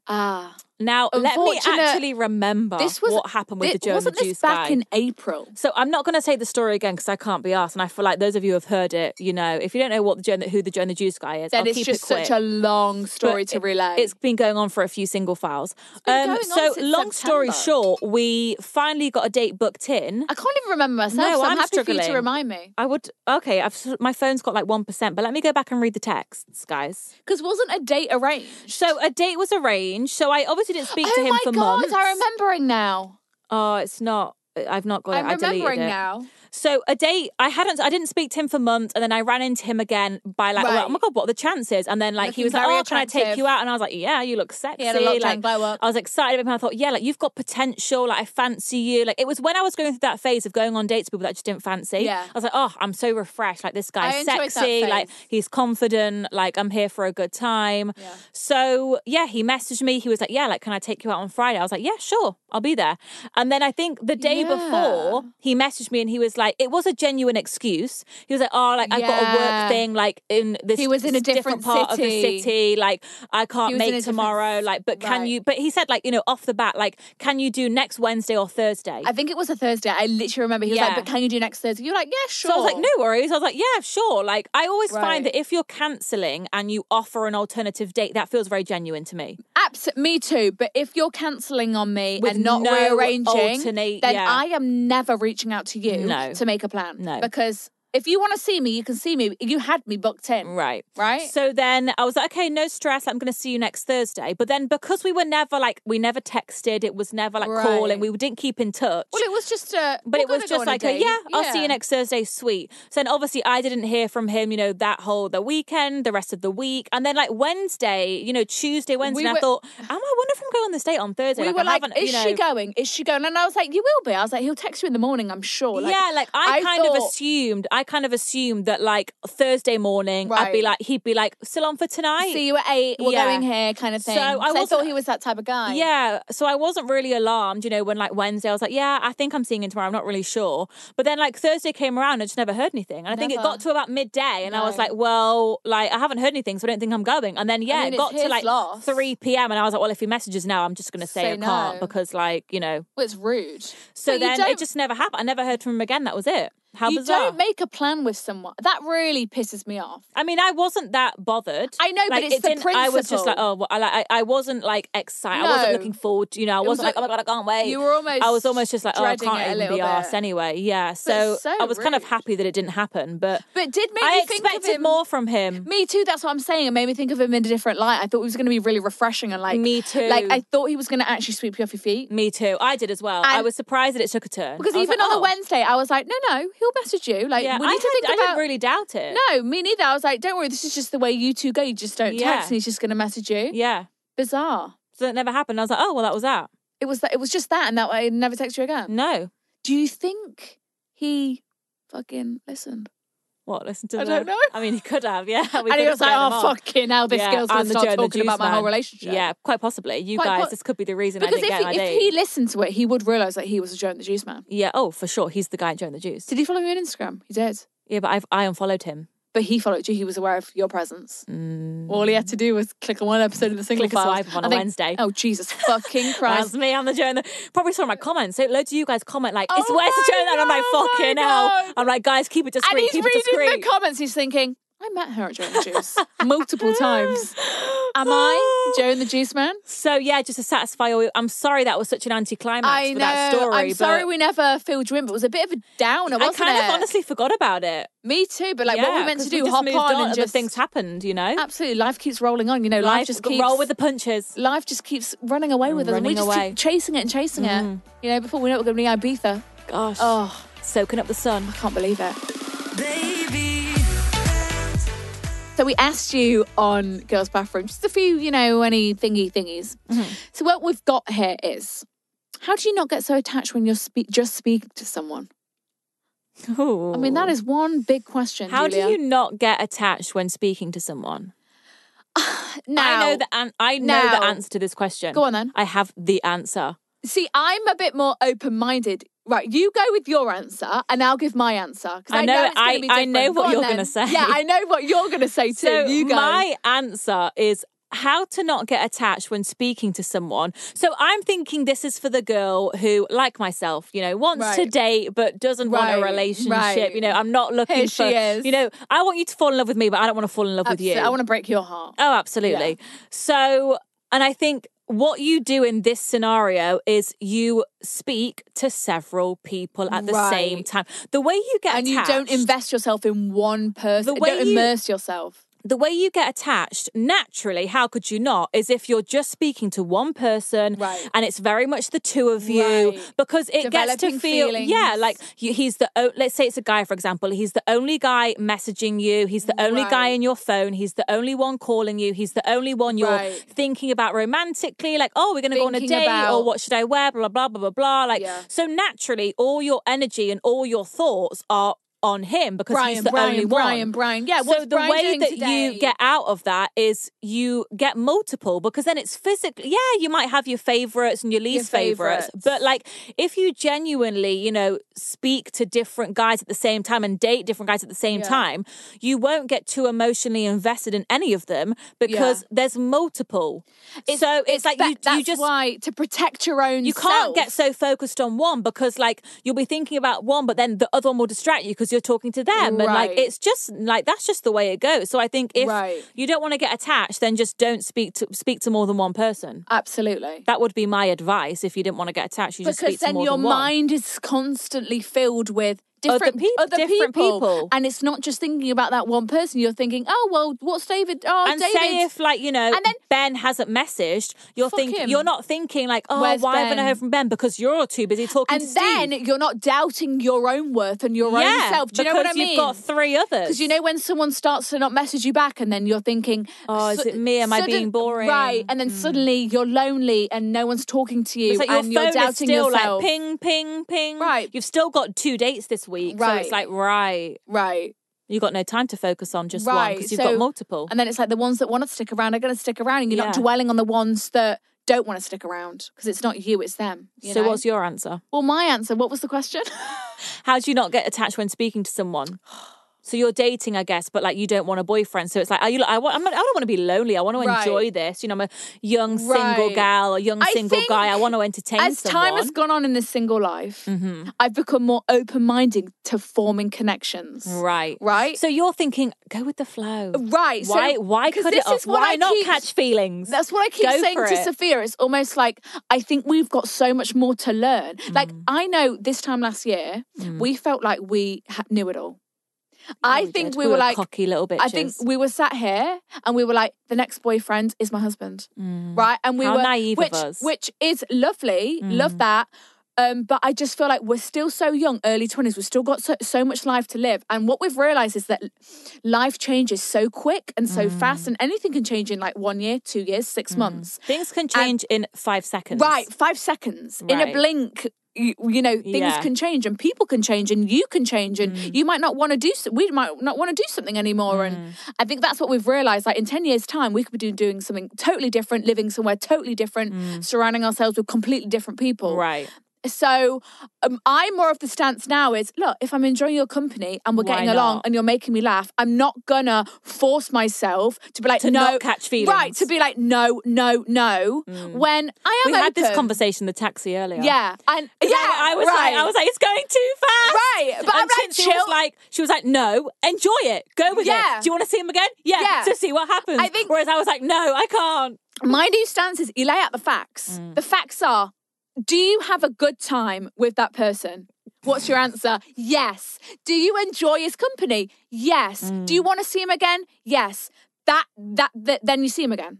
Speaker 3: ah.
Speaker 2: Now, let me
Speaker 3: Unfortunate-
Speaker 2: actually remember
Speaker 3: This was
Speaker 2: what happened with
Speaker 3: thi-
Speaker 2: the Joe and the
Speaker 3: wasn't
Speaker 2: Juice
Speaker 3: this back
Speaker 2: guy.
Speaker 3: in April?
Speaker 2: so I'm not going to say the story again because I can't be asked, and I feel like those of you who have heard it, you know, if you don't know what the Joe and the, who the Joe and the Juice guy is,
Speaker 3: Then
Speaker 2: I'll
Speaker 3: it's
Speaker 2: keep
Speaker 3: just
Speaker 2: it quick.
Speaker 3: such a long
Speaker 2: but
Speaker 3: story to
Speaker 2: it-
Speaker 3: relay.
Speaker 2: It's been going on for a few single files. Um,
Speaker 3: been going on
Speaker 2: so,
Speaker 3: since
Speaker 2: long story
Speaker 3: September.
Speaker 2: short, we finally got a date booked in.
Speaker 3: I can't even remember myself.
Speaker 2: No,
Speaker 3: so I'm,
Speaker 2: I'm
Speaker 3: happy for you
Speaker 2: struggling.
Speaker 3: to remind me.
Speaker 2: I would okay. I've s- my phone's got like one percent, but let me go back and read the texts, guys.
Speaker 3: Because wasn't a date arranged?
Speaker 2: So a date was arranged. So I obviously didn't speak to
Speaker 3: oh
Speaker 2: him
Speaker 3: my
Speaker 2: for
Speaker 3: god,
Speaker 2: months.
Speaker 3: I'm remembering now.
Speaker 2: Oh, it's not. I've not got it.
Speaker 3: I'm
Speaker 2: I deleted
Speaker 3: remembering
Speaker 2: it.
Speaker 3: now.
Speaker 2: So a date. I hadn't. I didn't speak to him for months, and then I ran into him again by like,
Speaker 3: Right.
Speaker 2: oh my god, what are the chances? And then like he
Speaker 3: Looking
Speaker 2: was like,
Speaker 3: very
Speaker 2: oh, can I take
Speaker 3: attractive.
Speaker 2: you out? And I was like, yeah, you look sexy.
Speaker 3: had a lot to
Speaker 2: like
Speaker 3: blow up.
Speaker 2: I was excited about him. I thought, yeah, like you've got potential. Like I fancy you. Like it was when I was going through that phase of going on dates with people that I just didn't fancy.
Speaker 3: Yeah.
Speaker 2: I was like, oh, I'm so refreshed. Like this
Speaker 3: I
Speaker 2: guy's
Speaker 3: enjoyed that
Speaker 2: sexy. Like
Speaker 3: phase.
Speaker 2: he's confident. Like I'm here for a good time. So yeah, he messaged me. He was like, yeah, like can I take you out on Friday? I was like, yeah, sure, I'll be there. And then I think the day
Speaker 3: Yeah.
Speaker 2: before he messaged me and he was like it was a genuine excuse. He was like, "Oh, like I've got a
Speaker 3: Yeah.
Speaker 2: work thing, like in this.
Speaker 3: He was in a
Speaker 2: this
Speaker 3: different
Speaker 2: part of the
Speaker 3: city.
Speaker 2: city. Like I can't
Speaker 3: He was in a
Speaker 2: make
Speaker 3: different-
Speaker 2: tomorrow. Like, but can
Speaker 3: Right.
Speaker 2: you? But he said, like you know, off the bat, like can you do next Wednesday or Thursday?
Speaker 3: I think it was a Thursday. I literally remember he was
Speaker 2: Yeah.
Speaker 3: like, "But can you do next Thursday?" You're like, "Yeah, sure."
Speaker 2: So I was like, no worries. I was like, yeah, sure. Like, I always
Speaker 3: Right.
Speaker 2: find that if you're cancelling and you offer an alternative date, that feels very genuine to me.
Speaker 3: Abs- me too. But if you're cancelling on me
Speaker 2: With
Speaker 3: and not
Speaker 2: no
Speaker 3: rearranging,
Speaker 2: alternate-
Speaker 3: then
Speaker 2: yeah.
Speaker 3: I am never reaching out to you
Speaker 2: No.
Speaker 3: to make a plan.
Speaker 2: No.
Speaker 3: because if you want to see me, you can see me. You had me booked in,
Speaker 2: Right.
Speaker 3: Right.
Speaker 2: So then I was like, okay, no stress. I'm going to see you next Thursday. But then because we were never like, we never texted, it was never like
Speaker 3: Right.
Speaker 2: calling, we didn't keep in touch.
Speaker 3: Well, it was just a.
Speaker 2: but
Speaker 3: we're
Speaker 2: it was
Speaker 3: gonna go
Speaker 2: just
Speaker 3: on a
Speaker 2: like, a,
Speaker 3: date.
Speaker 2: yeah, I'll see you next Thursday, sweet. So then obviously I didn't hear from him, you know, that whole the weekend, the rest of the week, and then like Wednesday, you know, Tuesday, Wednesday. and
Speaker 3: were-
Speaker 2: I thought, am I wonder if I'm going on this date on Thursday?
Speaker 3: We
Speaker 2: like,
Speaker 3: were
Speaker 2: I
Speaker 3: like,
Speaker 2: haven't,
Speaker 3: "Is
Speaker 2: you know,
Speaker 3: she going? Is she going?" And I was like, "You will be." I was like, "He'll text you in the morning, I'm sure." Like,
Speaker 2: yeah, like I, kind of
Speaker 3: thought-
Speaker 2: assumed, I kind of assumed that like Thursday morning, I'd be
Speaker 3: Right.
Speaker 2: like, he'd be like, still on for tonight.
Speaker 3: See you at eight. We're
Speaker 2: Yeah.
Speaker 3: going here, kind of
Speaker 2: So
Speaker 3: thing. So
Speaker 2: I
Speaker 3: I,
Speaker 2: wasn't-
Speaker 3: thought he was that type of guy.
Speaker 2: Yeah, so I wasn't really alarmed, you know, when like Wednesday I was like, yeah, I think I'm seeing him tomorrow. I'm not really sure. But then like Thursday came around, I just never heard anything, and I think it
Speaker 3: Never.
Speaker 2: got to about midday, and I was
Speaker 3: No.
Speaker 2: like, well, like I haven't heard anything, so I don't think I'm going. And then yeah, it
Speaker 3: mean, it's
Speaker 2: got to
Speaker 3: his
Speaker 2: like
Speaker 3: loss.
Speaker 2: three p.m., and I was like, well, if he messages now, I'm just gonna say,
Speaker 3: Say
Speaker 2: I can't
Speaker 3: no.
Speaker 2: because like you know.
Speaker 3: well, it's rude.
Speaker 2: So
Speaker 3: But you
Speaker 2: then
Speaker 3: don't-
Speaker 2: it just never happened. I never heard from him again. That was it. How
Speaker 3: you
Speaker 2: bizarre.
Speaker 3: don't make a plan with someone. That really pisses me off.
Speaker 2: I mean, I wasn't that bothered.
Speaker 3: I know, but
Speaker 2: Like,
Speaker 3: it's
Speaker 2: it
Speaker 3: the
Speaker 2: didn't- I was just like,
Speaker 3: principle.
Speaker 2: oh, well, I, like, I, I wasn't like excited. I wasn't
Speaker 3: No.
Speaker 2: looking forward. To, you know, I
Speaker 3: It was
Speaker 2: wasn't like, oh my
Speaker 3: like-
Speaker 2: god, I can't wait.
Speaker 3: you were almost
Speaker 2: I was almost just like, oh, I
Speaker 3: dreading
Speaker 2: can't
Speaker 3: it a
Speaker 2: even
Speaker 3: little
Speaker 2: be
Speaker 3: bit.
Speaker 2: arsed anyway. Yeah. So,
Speaker 3: so
Speaker 2: I was kind of
Speaker 3: rude.
Speaker 2: happy that it didn't happen, but
Speaker 3: But it did make
Speaker 2: I
Speaker 3: me think of
Speaker 2: expected
Speaker 3: him-
Speaker 2: more from him.
Speaker 3: Me too. That's what I'm saying. It made me think of him in a different light. I thought he was going to be really refreshing and like
Speaker 2: Me too.
Speaker 3: Like I thought he was going to actually sweep you off your feet.
Speaker 2: Me too. I did as well. I
Speaker 3: And-
Speaker 2: was surprised that it took a turn
Speaker 3: Because
Speaker 2: I was
Speaker 3: even
Speaker 2: like,
Speaker 3: on
Speaker 2: oh.
Speaker 3: the Wednesday, I was like, no, no, he'll message you. Like
Speaker 2: yeah,
Speaker 3: we
Speaker 2: I,
Speaker 3: need to
Speaker 2: had-
Speaker 3: think
Speaker 2: I
Speaker 3: about.
Speaker 2: didn't really doubt it.
Speaker 3: No, me neither. I was like, don't worry, this is just the way you two go. You just don't
Speaker 2: Yeah.
Speaker 3: text, and he's just going to message you.
Speaker 2: Yeah.
Speaker 3: Bizarre.
Speaker 2: So that never happened. I was like, oh well, that was that.
Speaker 3: It was that. It was just that, and that I never text you again.
Speaker 2: No.
Speaker 3: Do you think he fucking listened?
Speaker 2: What? Listen to
Speaker 3: I
Speaker 2: the-
Speaker 3: don't know.
Speaker 2: I mean, he could have. (laughs) Yeah. We
Speaker 3: and
Speaker 2: could
Speaker 3: he
Speaker 2: have
Speaker 3: was like,
Speaker 2: turned him
Speaker 3: oh
Speaker 2: off.
Speaker 3: fucking hell, this
Speaker 2: Yeah,
Speaker 3: girl's going
Speaker 2: I'm
Speaker 3: to
Speaker 2: the
Speaker 3: start
Speaker 2: Joan the
Speaker 3: talking
Speaker 2: Juice
Speaker 3: about my whole
Speaker 2: man.
Speaker 3: relationship.
Speaker 2: Yeah, quite possibly. You
Speaker 3: Quite
Speaker 2: guys,
Speaker 3: po-
Speaker 2: this could be the reason I
Speaker 3: Because
Speaker 2: didn't
Speaker 3: if
Speaker 2: get my
Speaker 3: he,
Speaker 2: date.
Speaker 3: if he listened to it, he would realise that he was a Joan the Juice man.
Speaker 2: Yeah, oh, for sure. He's the guy at Joan the Juice.
Speaker 3: Did he follow me on Instagram? He did.
Speaker 2: Yeah, but I've, I unfollowed him.
Speaker 3: But he followed you. He was aware of your presence. All he had to do was click on one episode of the single
Speaker 2: Mm. Click a
Speaker 3: Files.
Speaker 2: swipe on
Speaker 3: I
Speaker 2: a
Speaker 3: think-
Speaker 2: Wednesday.
Speaker 3: Oh, Jesus fucking
Speaker 2: (laughs) That's
Speaker 3: Christ.
Speaker 2: me. I'm the Joan. The, probably saw my comments. So loads of you guys comment like, "It's
Speaker 3: Oh
Speaker 2: where's the
Speaker 3: my
Speaker 2: Joan?" And I'm like,
Speaker 3: God, oh
Speaker 2: "Fucking
Speaker 3: my
Speaker 2: hell!"
Speaker 3: God.
Speaker 2: I'm like, "Guys, keep it
Speaker 3: and
Speaker 2: discreet.
Speaker 3: he's
Speaker 2: Keep it
Speaker 3: reading
Speaker 2: discreet."
Speaker 3: the comments. He's thinking, I met her at Joan the
Speaker 2: (laughs)
Speaker 3: Juice multiple times. Am
Speaker 2: (gasps)
Speaker 3: I Joan the Juice man?
Speaker 2: So yeah, just to satisfy all. I'm sorry that was such an anticlimax for
Speaker 3: I know.
Speaker 2: that story.
Speaker 3: I'm sorry
Speaker 2: but
Speaker 3: we never filled you in, but it was a bit of a downer,
Speaker 2: I
Speaker 3: wasn't
Speaker 2: kind
Speaker 3: it?
Speaker 2: of honestly forgot about it.
Speaker 3: Me too, but like what
Speaker 2: Yeah,
Speaker 3: we meant to
Speaker 2: 'cause
Speaker 3: do,
Speaker 2: just
Speaker 3: hop
Speaker 2: moved
Speaker 3: on, and
Speaker 2: other
Speaker 3: just
Speaker 2: things happened. You know,
Speaker 3: Absolutely, life keeps rolling on. You know, life, just keeps
Speaker 2: roll with the punches.
Speaker 3: life just keeps running away with us, and we
Speaker 2: Running
Speaker 3: just
Speaker 2: away. Mm-hmm.
Speaker 3: keep chasing it and chasing it. You know, before we know it, we're going to be Ibiza.
Speaker 2: Gosh,
Speaker 3: Oh,
Speaker 2: soaking up the sun.
Speaker 3: (laughs) I can't believe it.
Speaker 4: Baby.
Speaker 3: So we asked you on girls' bathroom just a few, you know, any thingy thingies. So what we've got here is. How do you not get so attached when you're speak just speaking to someone? I mean, that is one big question.
Speaker 2: How
Speaker 3: Julia.
Speaker 2: do you not get attached when speaking to someone? I
Speaker 3: now?
Speaker 2: know the an- I know the
Speaker 3: Now.
Speaker 2: answer to this question.
Speaker 3: Go on then.
Speaker 2: I have the answer.
Speaker 3: See, I'm a bit more open minded. Right, you go with your answer, and I'll give my answer. 'cause
Speaker 2: I know-
Speaker 3: it's gonna
Speaker 2: I- I
Speaker 3: be different.
Speaker 2: know
Speaker 3: Go
Speaker 2: what
Speaker 3: on
Speaker 2: you're
Speaker 3: then.
Speaker 2: gonna say.
Speaker 3: Yeah, I know what you're gonna say too.
Speaker 2: So
Speaker 3: you go.
Speaker 2: my answer is how to not get attached when speaking to someone. So I'm thinking this is for the girl who, like myself, you know, wants to
Speaker 3: Right.
Speaker 2: date but doesn't want a
Speaker 3: Right,
Speaker 2: relationship.
Speaker 3: right.
Speaker 2: You know, I'm not looking
Speaker 3: Here
Speaker 2: for
Speaker 3: she is.
Speaker 2: you know, I want you to fall in love with me, but I don't want to fall in love with you.
Speaker 3: Absolutely. I want to break your heart.
Speaker 2: Oh, absolutely. So, and I think what you do in this scenario is you speak to several people at the same
Speaker 3: Right.
Speaker 2: time. The way you get
Speaker 3: and you
Speaker 2: attached,
Speaker 3: don't invest yourself in one person.
Speaker 2: The way
Speaker 3: don't
Speaker 2: you-
Speaker 3: immerse yourself.
Speaker 2: the way you get attached naturally, how could you not, is if you're just speaking to one person
Speaker 3: Right.
Speaker 2: and it's very much the two of you
Speaker 3: Right.
Speaker 2: because it gets to
Speaker 3: Developing
Speaker 2: feel,
Speaker 3: feelings.
Speaker 2: yeah, like you, he's the, o- let's say it's a guy, for example, he's the only guy messaging you, he's the only guy
Speaker 3: Right.
Speaker 2: in your phone, he's the only one calling you, he's the only one you're
Speaker 3: Right.
Speaker 2: thinking about romantically, like, oh, we're going to go on a
Speaker 3: Thinking
Speaker 2: date or
Speaker 3: about-
Speaker 2: what should I wear, blah, blah, blah, blah, blah. Like,
Speaker 3: Yeah.
Speaker 2: so naturally, all your energy and all your thoughts are on him because he's
Speaker 3: Brian,
Speaker 2: the
Speaker 3: Brian,
Speaker 2: only one.
Speaker 3: Brian, Brian. Yeah,
Speaker 2: so
Speaker 3: what's
Speaker 2: the
Speaker 3: Brian
Speaker 2: way
Speaker 3: doing
Speaker 2: that
Speaker 3: today?
Speaker 2: you get out of that is you get multiple because then it's physically. Yeah, you might have your favorites and your least favorites,
Speaker 3: favourites.
Speaker 2: but like if you genuinely, you know, speak to different guys at the same time and date different guys at the same time, you won't get too emotionally invested in any of them because there's multiple. so it's, like
Speaker 3: that-
Speaker 2: you,
Speaker 3: that's
Speaker 2: you just
Speaker 3: why to protect your own.
Speaker 2: you can't
Speaker 3: self.
Speaker 2: get so focused on one because like you'll be thinking about one but then the other one will distract you because you're talking to them and like
Speaker 3: Right.
Speaker 2: it's just like that's just the way it goes so i think if
Speaker 3: Right.
Speaker 2: you don't want to get attached then just don't speak to speak to more than one person
Speaker 3: absolutely.
Speaker 2: that would be my advice if you didn't want to get attached you just
Speaker 3: because
Speaker 2: speak to
Speaker 3: then
Speaker 2: more
Speaker 3: your
Speaker 2: than one.
Speaker 3: mind is constantly filled with
Speaker 2: Other
Speaker 3: different
Speaker 2: peop-
Speaker 3: other
Speaker 2: different
Speaker 3: people.
Speaker 2: people.
Speaker 3: and it's not just thinking about that one person. You're thinking, oh well, what's David? Oh,
Speaker 2: and
Speaker 3: David.
Speaker 2: say if like you know
Speaker 3: And then-
Speaker 2: ben hasn't messaged you're
Speaker 3: Fuck
Speaker 2: thinking
Speaker 3: him.
Speaker 2: you're not thinking like oh
Speaker 3: Where's
Speaker 2: why haven't i
Speaker 3: Ben?
Speaker 2: heard from ben because you're too busy talking
Speaker 3: and
Speaker 2: to
Speaker 3: then
Speaker 2: Steve.
Speaker 3: you're not doubting your own worth and your
Speaker 2: yeah
Speaker 3: own self. Do you know
Speaker 2: because
Speaker 3: what I mean?
Speaker 2: you've got three others
Speaker 3: Because you know when someone starts to not message you back, and then you're thinking,
Speaker 2: Oh, is
Speaker 3: su-
Speaker 2: it me? Am I being boring? Hmm.
Speaker 3: Right, and then suddenly you're lonely and no one's talking to you,
Speaker 2: It's like your
Speaker 3: and
Speaker 2: phone
Speaker 3: you're doubting
Speaker 2: is still
Speaker 3: yourself.
Speaker 2: like ping, ping, ping.
Speaker 3: Right.
Speaker 2: You've still got two dates this week, so it's
Speaker 3: Right.
Speaker 2: like right,
Speaker 3: right,
Speaker 2: you got no time to focus on just one
Speaker 3: right.
Speaker 2: because you've
Speaker 3: so-
Speaker 2: got multiple.
Speaker 3: and then it's like the ones that want to stick around are going to stick around, and you're not
Speaker 2: Yeah.
Speaker 3: dwelling on the ones that don't want to stick around because it's not you, it's them. you
Speaker 2: so
Speaker 3: know?
Speaker 2: what's your answer?
Speaker 3: well, my answer? What was the question? (laughs)
Speaker 2: How do you not get attached when speaking to
Speaker 3: (sighs)
Speaker 2: someone? So you're dating, I guess, but like you don't want a boyfriend. So it's like, are you? I want. I'm not, I don't want to be lonely. I want to
Speaker 3: Right.
Speaker 2: enjoy this. You know, I'm a young single
Speaker 3: Right.
Speaker 2: gal, a young
Speaker 3: I
Speaker 2: single guy.
Speaker 3: think
Speaker 2: I want to entertain
Speaker 3: As
Speaker 2: someone. Mm-hmm.
Speaker 3: time has gone on in this single life, I've become more open minded to forming connections.
Speaker 2: right,
Speaker 3: Right?
Speaker 2: So you're thinking, go with the flow.
Speaker 3: Right, so-
Speaker 2: Why? why
Speaker 3: 'cause
Speaker 2: cut
Speaker 3: this
Speaker 2: it off?
Speaker 3: is what
Speaker 2: Why
Speaker 3: I
Speaker 2: not
Speaker 3: keep-
Speaker 2: catch feelings?
Speaker 3: That's what I keep
Speaker 2: Go
Speaker 3: saying
Speaker 2: for
Speaker 3: to
Speaker 2: it.
Speaker 3: Sophia. It's almost like I think we've got so much more to learn.
Speaker 2: Mm.
Speaker 3: Like I know this time last year, we felt like we ha- knew it all.
Speaker 2: Oh
Speaker 3: I
Speaker 2: we
Speaker 3: think
Speaker 2: did.
Speaker 3: we,
Speaker 2: We
Speaker 3: were,
Speaker 2: were
Speaker 3: like
Speaker 2: cocky little
Speaker 3: I think
Speaker 2: bitches.
Speaker 3: we were sat here and we were like, the next boyfriend is my husband, right? And we
Speaker 2: Mm. How
Speaker 3: were
Speaker 2: naive of
Speaker 3: which,
Speaker 2: us. Mm.
Speaker 3: which is lovely. Love that. Um, but I just feel like we're still so young, early 20s. We've still got so, so much life to live. And what we've realized is that life changes so quick and so
Speaker 2: Mm.
Speaker 3: fast, and anything can change in like one year, two years, six months.
Speaker 2: Things can
Speaker 3: And-
Speaker 2: change in five seconds.
Speaker 3: Right, five seconds in
Speaker 2: Right.
Speaker 3: a blink. You, you know things
Speaker 2: Yeah. Mm.
Speaker 3: can change and people can change and you can change and you might not want to do so- we might not want to do something anymore and I think that's what we've realized like in 10 years time we could be doing, doing something totally different living somewhere totally different
Speaker 2: Mm.
Speaker 3: surrounding ourselves with completely different people
Speaker 2: Right.
Speaker 3: so um, I'm more of the stance now is look, if I'm enjoying your company and we're
Speaker 2: Why
Speaker 3: getting along
Speaker 2: not?
Speaker 3: and you're making me laugh, I'm not gonna force myself to be like,
Speaker 2: To
Speaker 3: no,
Speaker 2: not catch feelings. Mm.
Speaker 3: Right, to be like, no, no, no. When I am
Speaker 2: we had this
Speaker 3: open.
Speaker 2: conversation in the taxi earlier.
Speaker 3: Yeah. And yeah,
Speaker 2: Yeah, I, I was
Speaker 3: right.
Speaker 2: like, I was like, it's going too fast.
Speaker 3: Right,
Speaker 2: and
Speaker 3: but I'm like,
Speaker 2: Chintzia was
Speaker 3: chill.
Speaker 2: like, she was like, no, enjoy it, go with
Speaker 3: Yeah.
Speaker 2: it. Do you want to see him again? Yeah,
Speaker 3: Yeah.
Speaker 2: to see what happens.
Speaker 3: I think-
Speaker 2: Whereas I was like, no, I can't.
Speaker 3: my new stance is you lay out the facts.
Speaker 2: Mm.
Speaker 3: The facts are do you have a good time with that person? What's your answer? Yes. Do you enjoy his company? Yes.
Speaker 2: Mm.
Speaker 3: Do you want to see him again? Yes. That, that that then you see him again.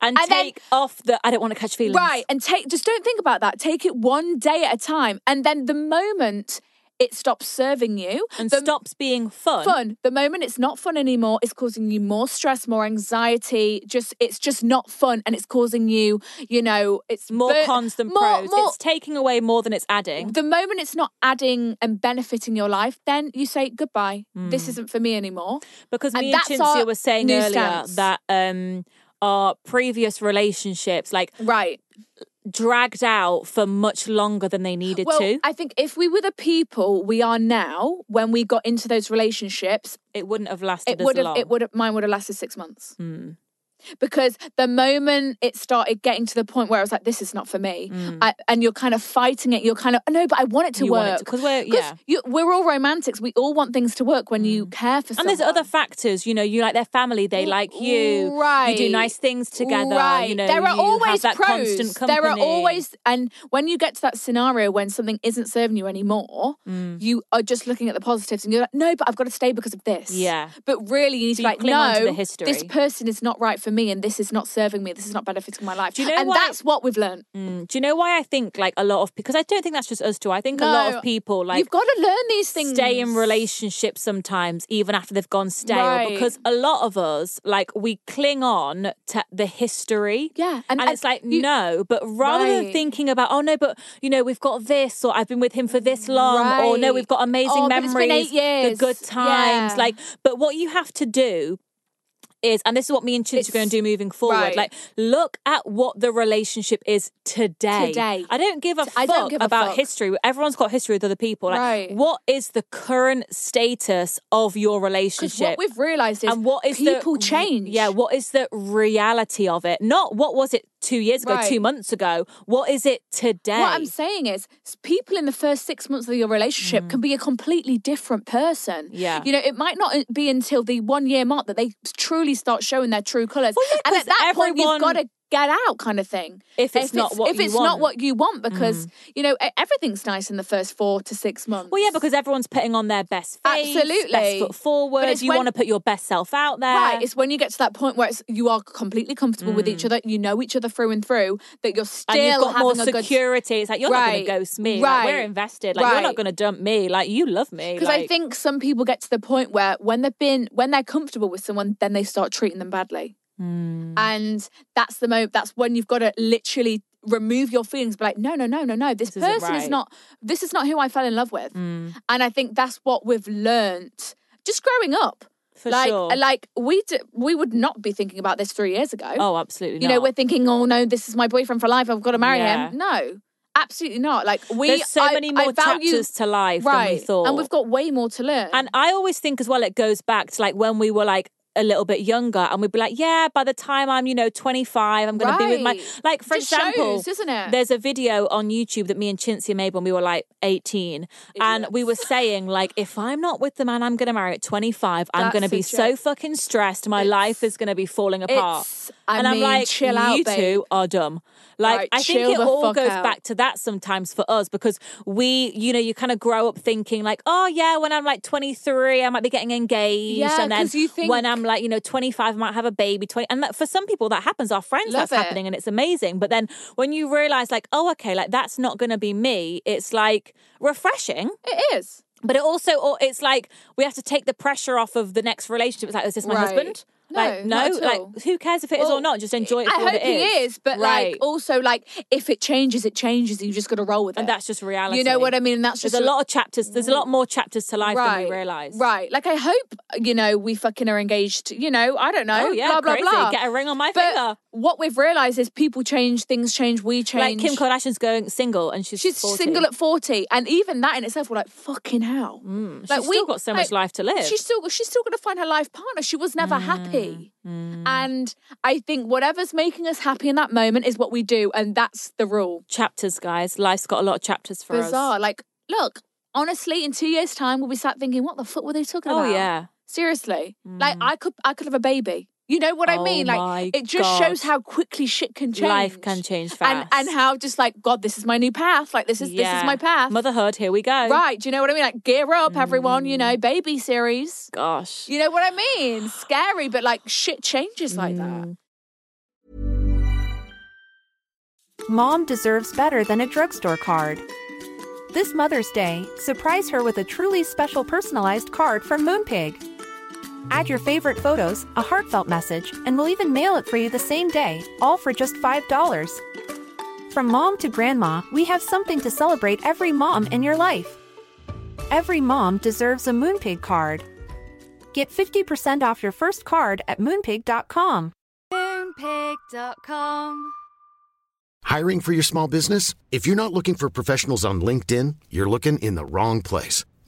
Speaker 2: And,
Speaker 3: And then-
Speaker 2: take off the. I don't want to catch feelings.
Speaker 3: Right. And take just don't think about that. Take it one day at a time. And then the moment it stops serving you
Speaker 2: And
Speaker 3: the
Speaker 2: stops being fun.
Speaker 3: fun. The moment it's not fun anymore, it's causing you more stress, more anxiety. Just it's just not fun, and it's causing you, you know, it's
Speaker 2: More
Speaker 3: bur-
Speaker 2: cons than
Speaker 3: more-
Speaker 2: pros.
Speaker 3: more-
Speaker 2: It's taking away more than it's adding.
Speaker 3: the moment it's not adding and benefiting your life, then you say goodbye.
Speaker 2: Hmm.
Speaker 3: This isn't for me anymore.
Speaker 2: Because
Speaker 3: And
Speaker 2: me and
Speaker 3: that's our
Speaker 2: Chintzia were saying
Speaker 3: new
Speaker 2: earlier
Speaker 3: stance.
Speaker 2: that um, our previous relationships, like
Speaker 3: Right.
Speaker 2: dragged out for much longer than they needed
Speaker 3: Well,
Speaker 2: to,
Speaker 3: I think if we were the people we are now when we got into those relationships,
Speaker 2: it wouldn't have
Speaker 3: it
Speaker 2: lasted
Speaker 3: would
Speaker 2: as
Speaker 3: have
Speaker 2: long. Hmm.
Speaker 3: it would have mine would have lasted six months because the moment it started getting to the point where i was like this is not for me I, and you're kind of fighting it you're kind of no but i want it to
Speaker 2: Hmm. You
Speaker 3: work
Speaker 2: want it to- 'cause we're- yeah.
Speaker 3: you, we're all romantics we all want things to work when you care for
Speaker 2: and
Speaker 3: someone
Speaker 2: there's other factors, you know, you like their family, they like you. You do
Speaker 3: Right.
Speaker 2: nice things together.
Speaker 3: Right.
Speaker 2: You know,
Speaker 3: there are
Speaker 2: you have
Speaker 3: always
Speaker 2: that
Speaker 3: pros.
Speaker 2: constant company.
Speaker 3: There are always, and when you get to that scenario when something isn't serving you anymore,
Speaker 2: Mm.
Speaker 3: you are just looking at the positives and you're like, no, but I've got to stay because of this.
Speaker 2: Yeah.
Speaker 3: But really, you need
Speaker 2: So
Speaker 3: to
Speaker 2: you
Speaker 3: be like,
Speaker 2: cling on
Speaker 3: no,
Speaker 2: to the
Speaker 3: this
Speaker 2: history.
Speaker 3: person is not right for me and this is not serving me, this is not benefiting my life.
Speaker 2: Do you know
Speaker 3: and
Speaker 2: why-
Speaker 3: that's what we've learned.
Speaker 2: Mm, do you know why I think like a lot of because I don't think that's just us two. I think a lot
Speaker 3: No,
Speaker 2: of people like
Speaker 3: You've got to learn these things.
Speaker 2: stay in relationships sometimes even after they've gone stale
Speaker 3: Right.
Speaker 2: because a lot of us like we cling on to the history
Speaker 3: Yeah,
Speaker 2: and,
Speaker 3: and-
Speaker 2: it's like
Speaker 3: and you-
Speaker 2: no but rather than
Speaker 3: Right.
Speaker 2: thinking about oh no but you know we've got this or i've been with him for this long or no
Speaker 3: Right.
Speaker 2: we've got amazing
Speaker 3: Oh, but
Speaker 2: memories
Speaker 3: it's been eight
Speaker 2: the
Speaker 3: years.
Speaker 2: good times
Speaker 3: Yeah.
Speaker 2: like but what you have to do is and this is what me and Chintz are
Speaker 3: It's-
Speaker 2: going to do moving forward
Speaker 3: Right.
Speaker 2: like look at what the relationship is today
Speaker 3: Today.
Speaker 2: i don't give a fuck
Speaker 3: I don't give a
Speaker 2: about
Speaker 3: fuck.
Speaker 2: history everyone's got history with other people like
Speaker 3: Right.
Speaker 2: what is the current status of your
Speaker 3: Because
Speaker 2: relationship
Speaker 3: what we've realised is
Speaker 2: and what is the-
Speaker 3: people change.
Speaker 2: yeah what is the reality of it not what was it two years ago
Speaker 3: Right.
Speaker 2: two months ago what is it today
Speaker 3: What I'm saying is, s- people in the first six months of your relationship can be a completely different person.
Speaker 2: Mm. Yeah.
Speaker 3: You know, it might not uh, be until the one year mark that they truly start showing their true colours.
Speaker 2: Well, yeah,
Speaker 3: and
Speaker 2: 'cause
Speaker 3: at that point,
Speaker 2: everyone-
Speaker 3: you've got to get out, kind of thing.
Speaker 2: If it's not what
Speaker 3: if
Speaker 2: you
Speaker 3: it's
Speaker 2: want. Mm.
Speaker 3: not what you want, because you know e- everything's nice in the first four to six months.
Speaker 2: well, yeah, because everyone's putting on their best face, best
Speaker 3: Absolutely.
Speaker 2: foot forward.
Speaker 3: But it's
Speaker 2: You
Speaker 3: when-
Speaker 2: want to put your best self out there,
Speaker 3: Right, it's when you get to that point where it's, you are completely comfortable with each other, you know each other through and through, that you're still
Speaker 2: Mm. and you've got more
Speaker 3: having a good
Speaker 2: security. It's like you're not going
Speaker 3: Right.
Speaker 2: to ghost me. Like, we're
Speaker 3: Right.
Speaker 2: invested. Like you're not
Speaker 3: Right.
Speaker 2: going to dump me. Like you love me.
Speaker 3: Because I
Speaker 2: Like,
Speaker 3: think some people get to the point where when they've been when they're comfortable with someone, then they start treating them badly,
Speaker 2: Hmm.
Speaker 3: and that's the moment. That's when you've got to literally remove your feelings. Be like, no, no, no, no, no. This,
Speaker 2: This isn't
Speaker 3: person
Speaker 2: right." Hmm.
Speaker 3: is not. This is not who I fell in love with. And I think that's what we've learnt just growing up.
Speaker 2: For
Speaker 3: like, uh,
Speaker 2: sure.
Speaker 3: like we d- we would not be thinking about this three years ago.
Speaker 2: oh, absolutely.
Speaker 3: you know,
Speaker 2: not.
Speaker 3: we're thinking, oh no, this is my boyfriend for life. I've got to marry
Speaker 2: Yeah.
Speaker 3: him. No. Absolutely not. Like we,
Speaker 2: There's so
Speaker 3: I-
Speaker 2: many
Speaker 3: I
Speaker 2: more
Speaker 3: value-
Speaker 2: chapters to life
Speaker 3: right.
Speaker 2: than we thought.
Speaker 3: And we've got way more to learn.
Speaker 2: And I always think as well, it goes back to like when we were like a little bit younger and we'd be like, yeah, by the time I'm, you know, 25, I'm going to be with my.
Speaker 3: Right.
Speaker 2: Like, for
Speaker 3: Just
Speaker 2: example,
Speaker 3: shows, isn't it?
Speaker 2: there's a video on YouTube that me and Chintzy made when we were like 18. And we were saying, like, if I'm not with the man I'm going to marry at 25, I'm
Speaker 3: That's
Speaker 2: going to be
Speaker 3: a
Speaker 2: so
Speaker 3: joke.
Speaker 2: fucking stressed. My life is going to be falling apart.
Speaker 3: it's- I
Speaker 2: and I'm
Speaker 3: mean,
Speaker 2: like,
Speaker 3: chill out,
Speaker 2: you
Speaker 3: babe."
Speaker 2: two are dumb. Like,
Speaker 3: Right,
Speaker 2: I think
Speaker 3: chill
Speaker 2: it
Speaker 3: the
Speaker 2: all
Speaker 3: fuck
Speaker 2: goes
Speaker 3: out.
Speaker 2: back to that sometimes for us because we, you know, you kind of grow up thinking like, oh yeah, when I'm like 23, I might be getting engaged,
Speaker 3: Yeah,
Speaker 2: and then
Speaker 3: 'cause you think-
Speaker 2: when I'm like, you know, 25, I might have a baby. 20, and that, for some people that happens. Our friends,
Speaker 3: Love
Speaker 2: that's
Speaker 3: it.
Speaker 2: happening, and it's amazing. But then when you realize, like, oh okay, like that's not going to be me. It's like refreshing.
Speaker 3: it is.
Speaker 2: But it also, or it's like we have to take the pressure off of the next relationship. It's like, is this my
Speaker 3: Right.
Speaker 2: husband?
Speaker 3: No,
Speaker 2: like, no,
Speaker 3: not at all.
Speaker 2: like, who cares if it is or
Speaker 3: Well,
Speaker 2: not? Just enjoy it
Speaker 3: I
Speaker 2: for what
Speaker 3: hope
Speaker 2: it
Speaker 3: he
Speaker 2: is.
Speaker 3: is, but
Speaker 2: Right.
Speaker 3: like also like if it changes, it changes. You just got to roll with
Speaker 2: and
Speaker 3: it.
Speaker 2: that's just reality.
Speaker 3: You know what I mean? And that's
Speaker 2: There's
Speaker 3: just Mm.
Speaker 2: a lot of chapters. There's a lot more chapters to life
Speaker 3: right.
Speaker 2: than we realize.
Speaker 3: Right. Like I hope you know we fucking are engaged. You know I don't know.
Speaker 2: Oh, yeah,
Speaker 3: blah blah
Speaker 2: crazy.
Speaker 3: blah.
Speaker 2: Get a ring on my
Speaker 3: but
Speaker 2: finger.
Speaker 3: What we've realised is people change, things change, we
Speaker 2: Like
Speaker 3: change.
Speaker 2: Kim Kardashian's going single, and she's
Speaker 3: She's
Speaker 2: 40.
Speaker 3: single at forty, and even that in itself, we're like, fucking hell. like
Speaker 2: Mm, She's still got so much life to live.
Speaker 3: She's still she's still going to find her life partner. She was never
Speaker 2: Mm,
Speaker 3: happy, and I think whatever's making us happy in that moment is what we do, and that's the rule.
Speaker 2: chapters, guys. Life's got a lot of chapters for
Speaker 3: Bizarre.
Speaker 2: us.
Speaker 3: Like, look, honestly, in two years' time, we'll be sat thinking, what the fuck were they talking
Speaker 2: Oh
Speaker 3: about?
Speaker 2: yeah, Mm.
Speaker 3: seriously. Like, I could I could have a baby. You know what
Speaker 2: Oh
Speaker 3: I mean?
Speaker 2: my
Speaker 3: Like, it just
Speaker 2: God.
Speaker 3: shows how quickly shit can change.
Speaker 2: Life can change fast.
Speaker 3: and and how just like God, this is my new path. Like, this is this
Speaker 2: Yeah.
Speaker 3: is my path.
Speaker 2: Motherhood. Here we go.
Speaker 3: Right? Do you know what I mean? Like, gear up, everyone.
Speaker 2: Mm.
Speaker 3: You know, baby series.
Speaker 2: Gosh.
Speaker 3: You know what I mean? Scary, but like shit changes like that.
Speaker 5: Mom deserves better than a drugstore card. This Mother's Day, surprise her with a truly special personalized card from Moonpig. Add your favorite photos, a heartfelt message, and we'll even mail it for you the same day, all for just $5. From mom to grandma, we have something to celebrate every mom in your life. Every mom deserves a Moonpig card. Get 50% off your first card at moonpig.com.
Speaker 1: Moonpig.com.
Speaker 6: Hiring for your small business? If you're not looking for professionals on LinkedIn, you're looking in the wrong place.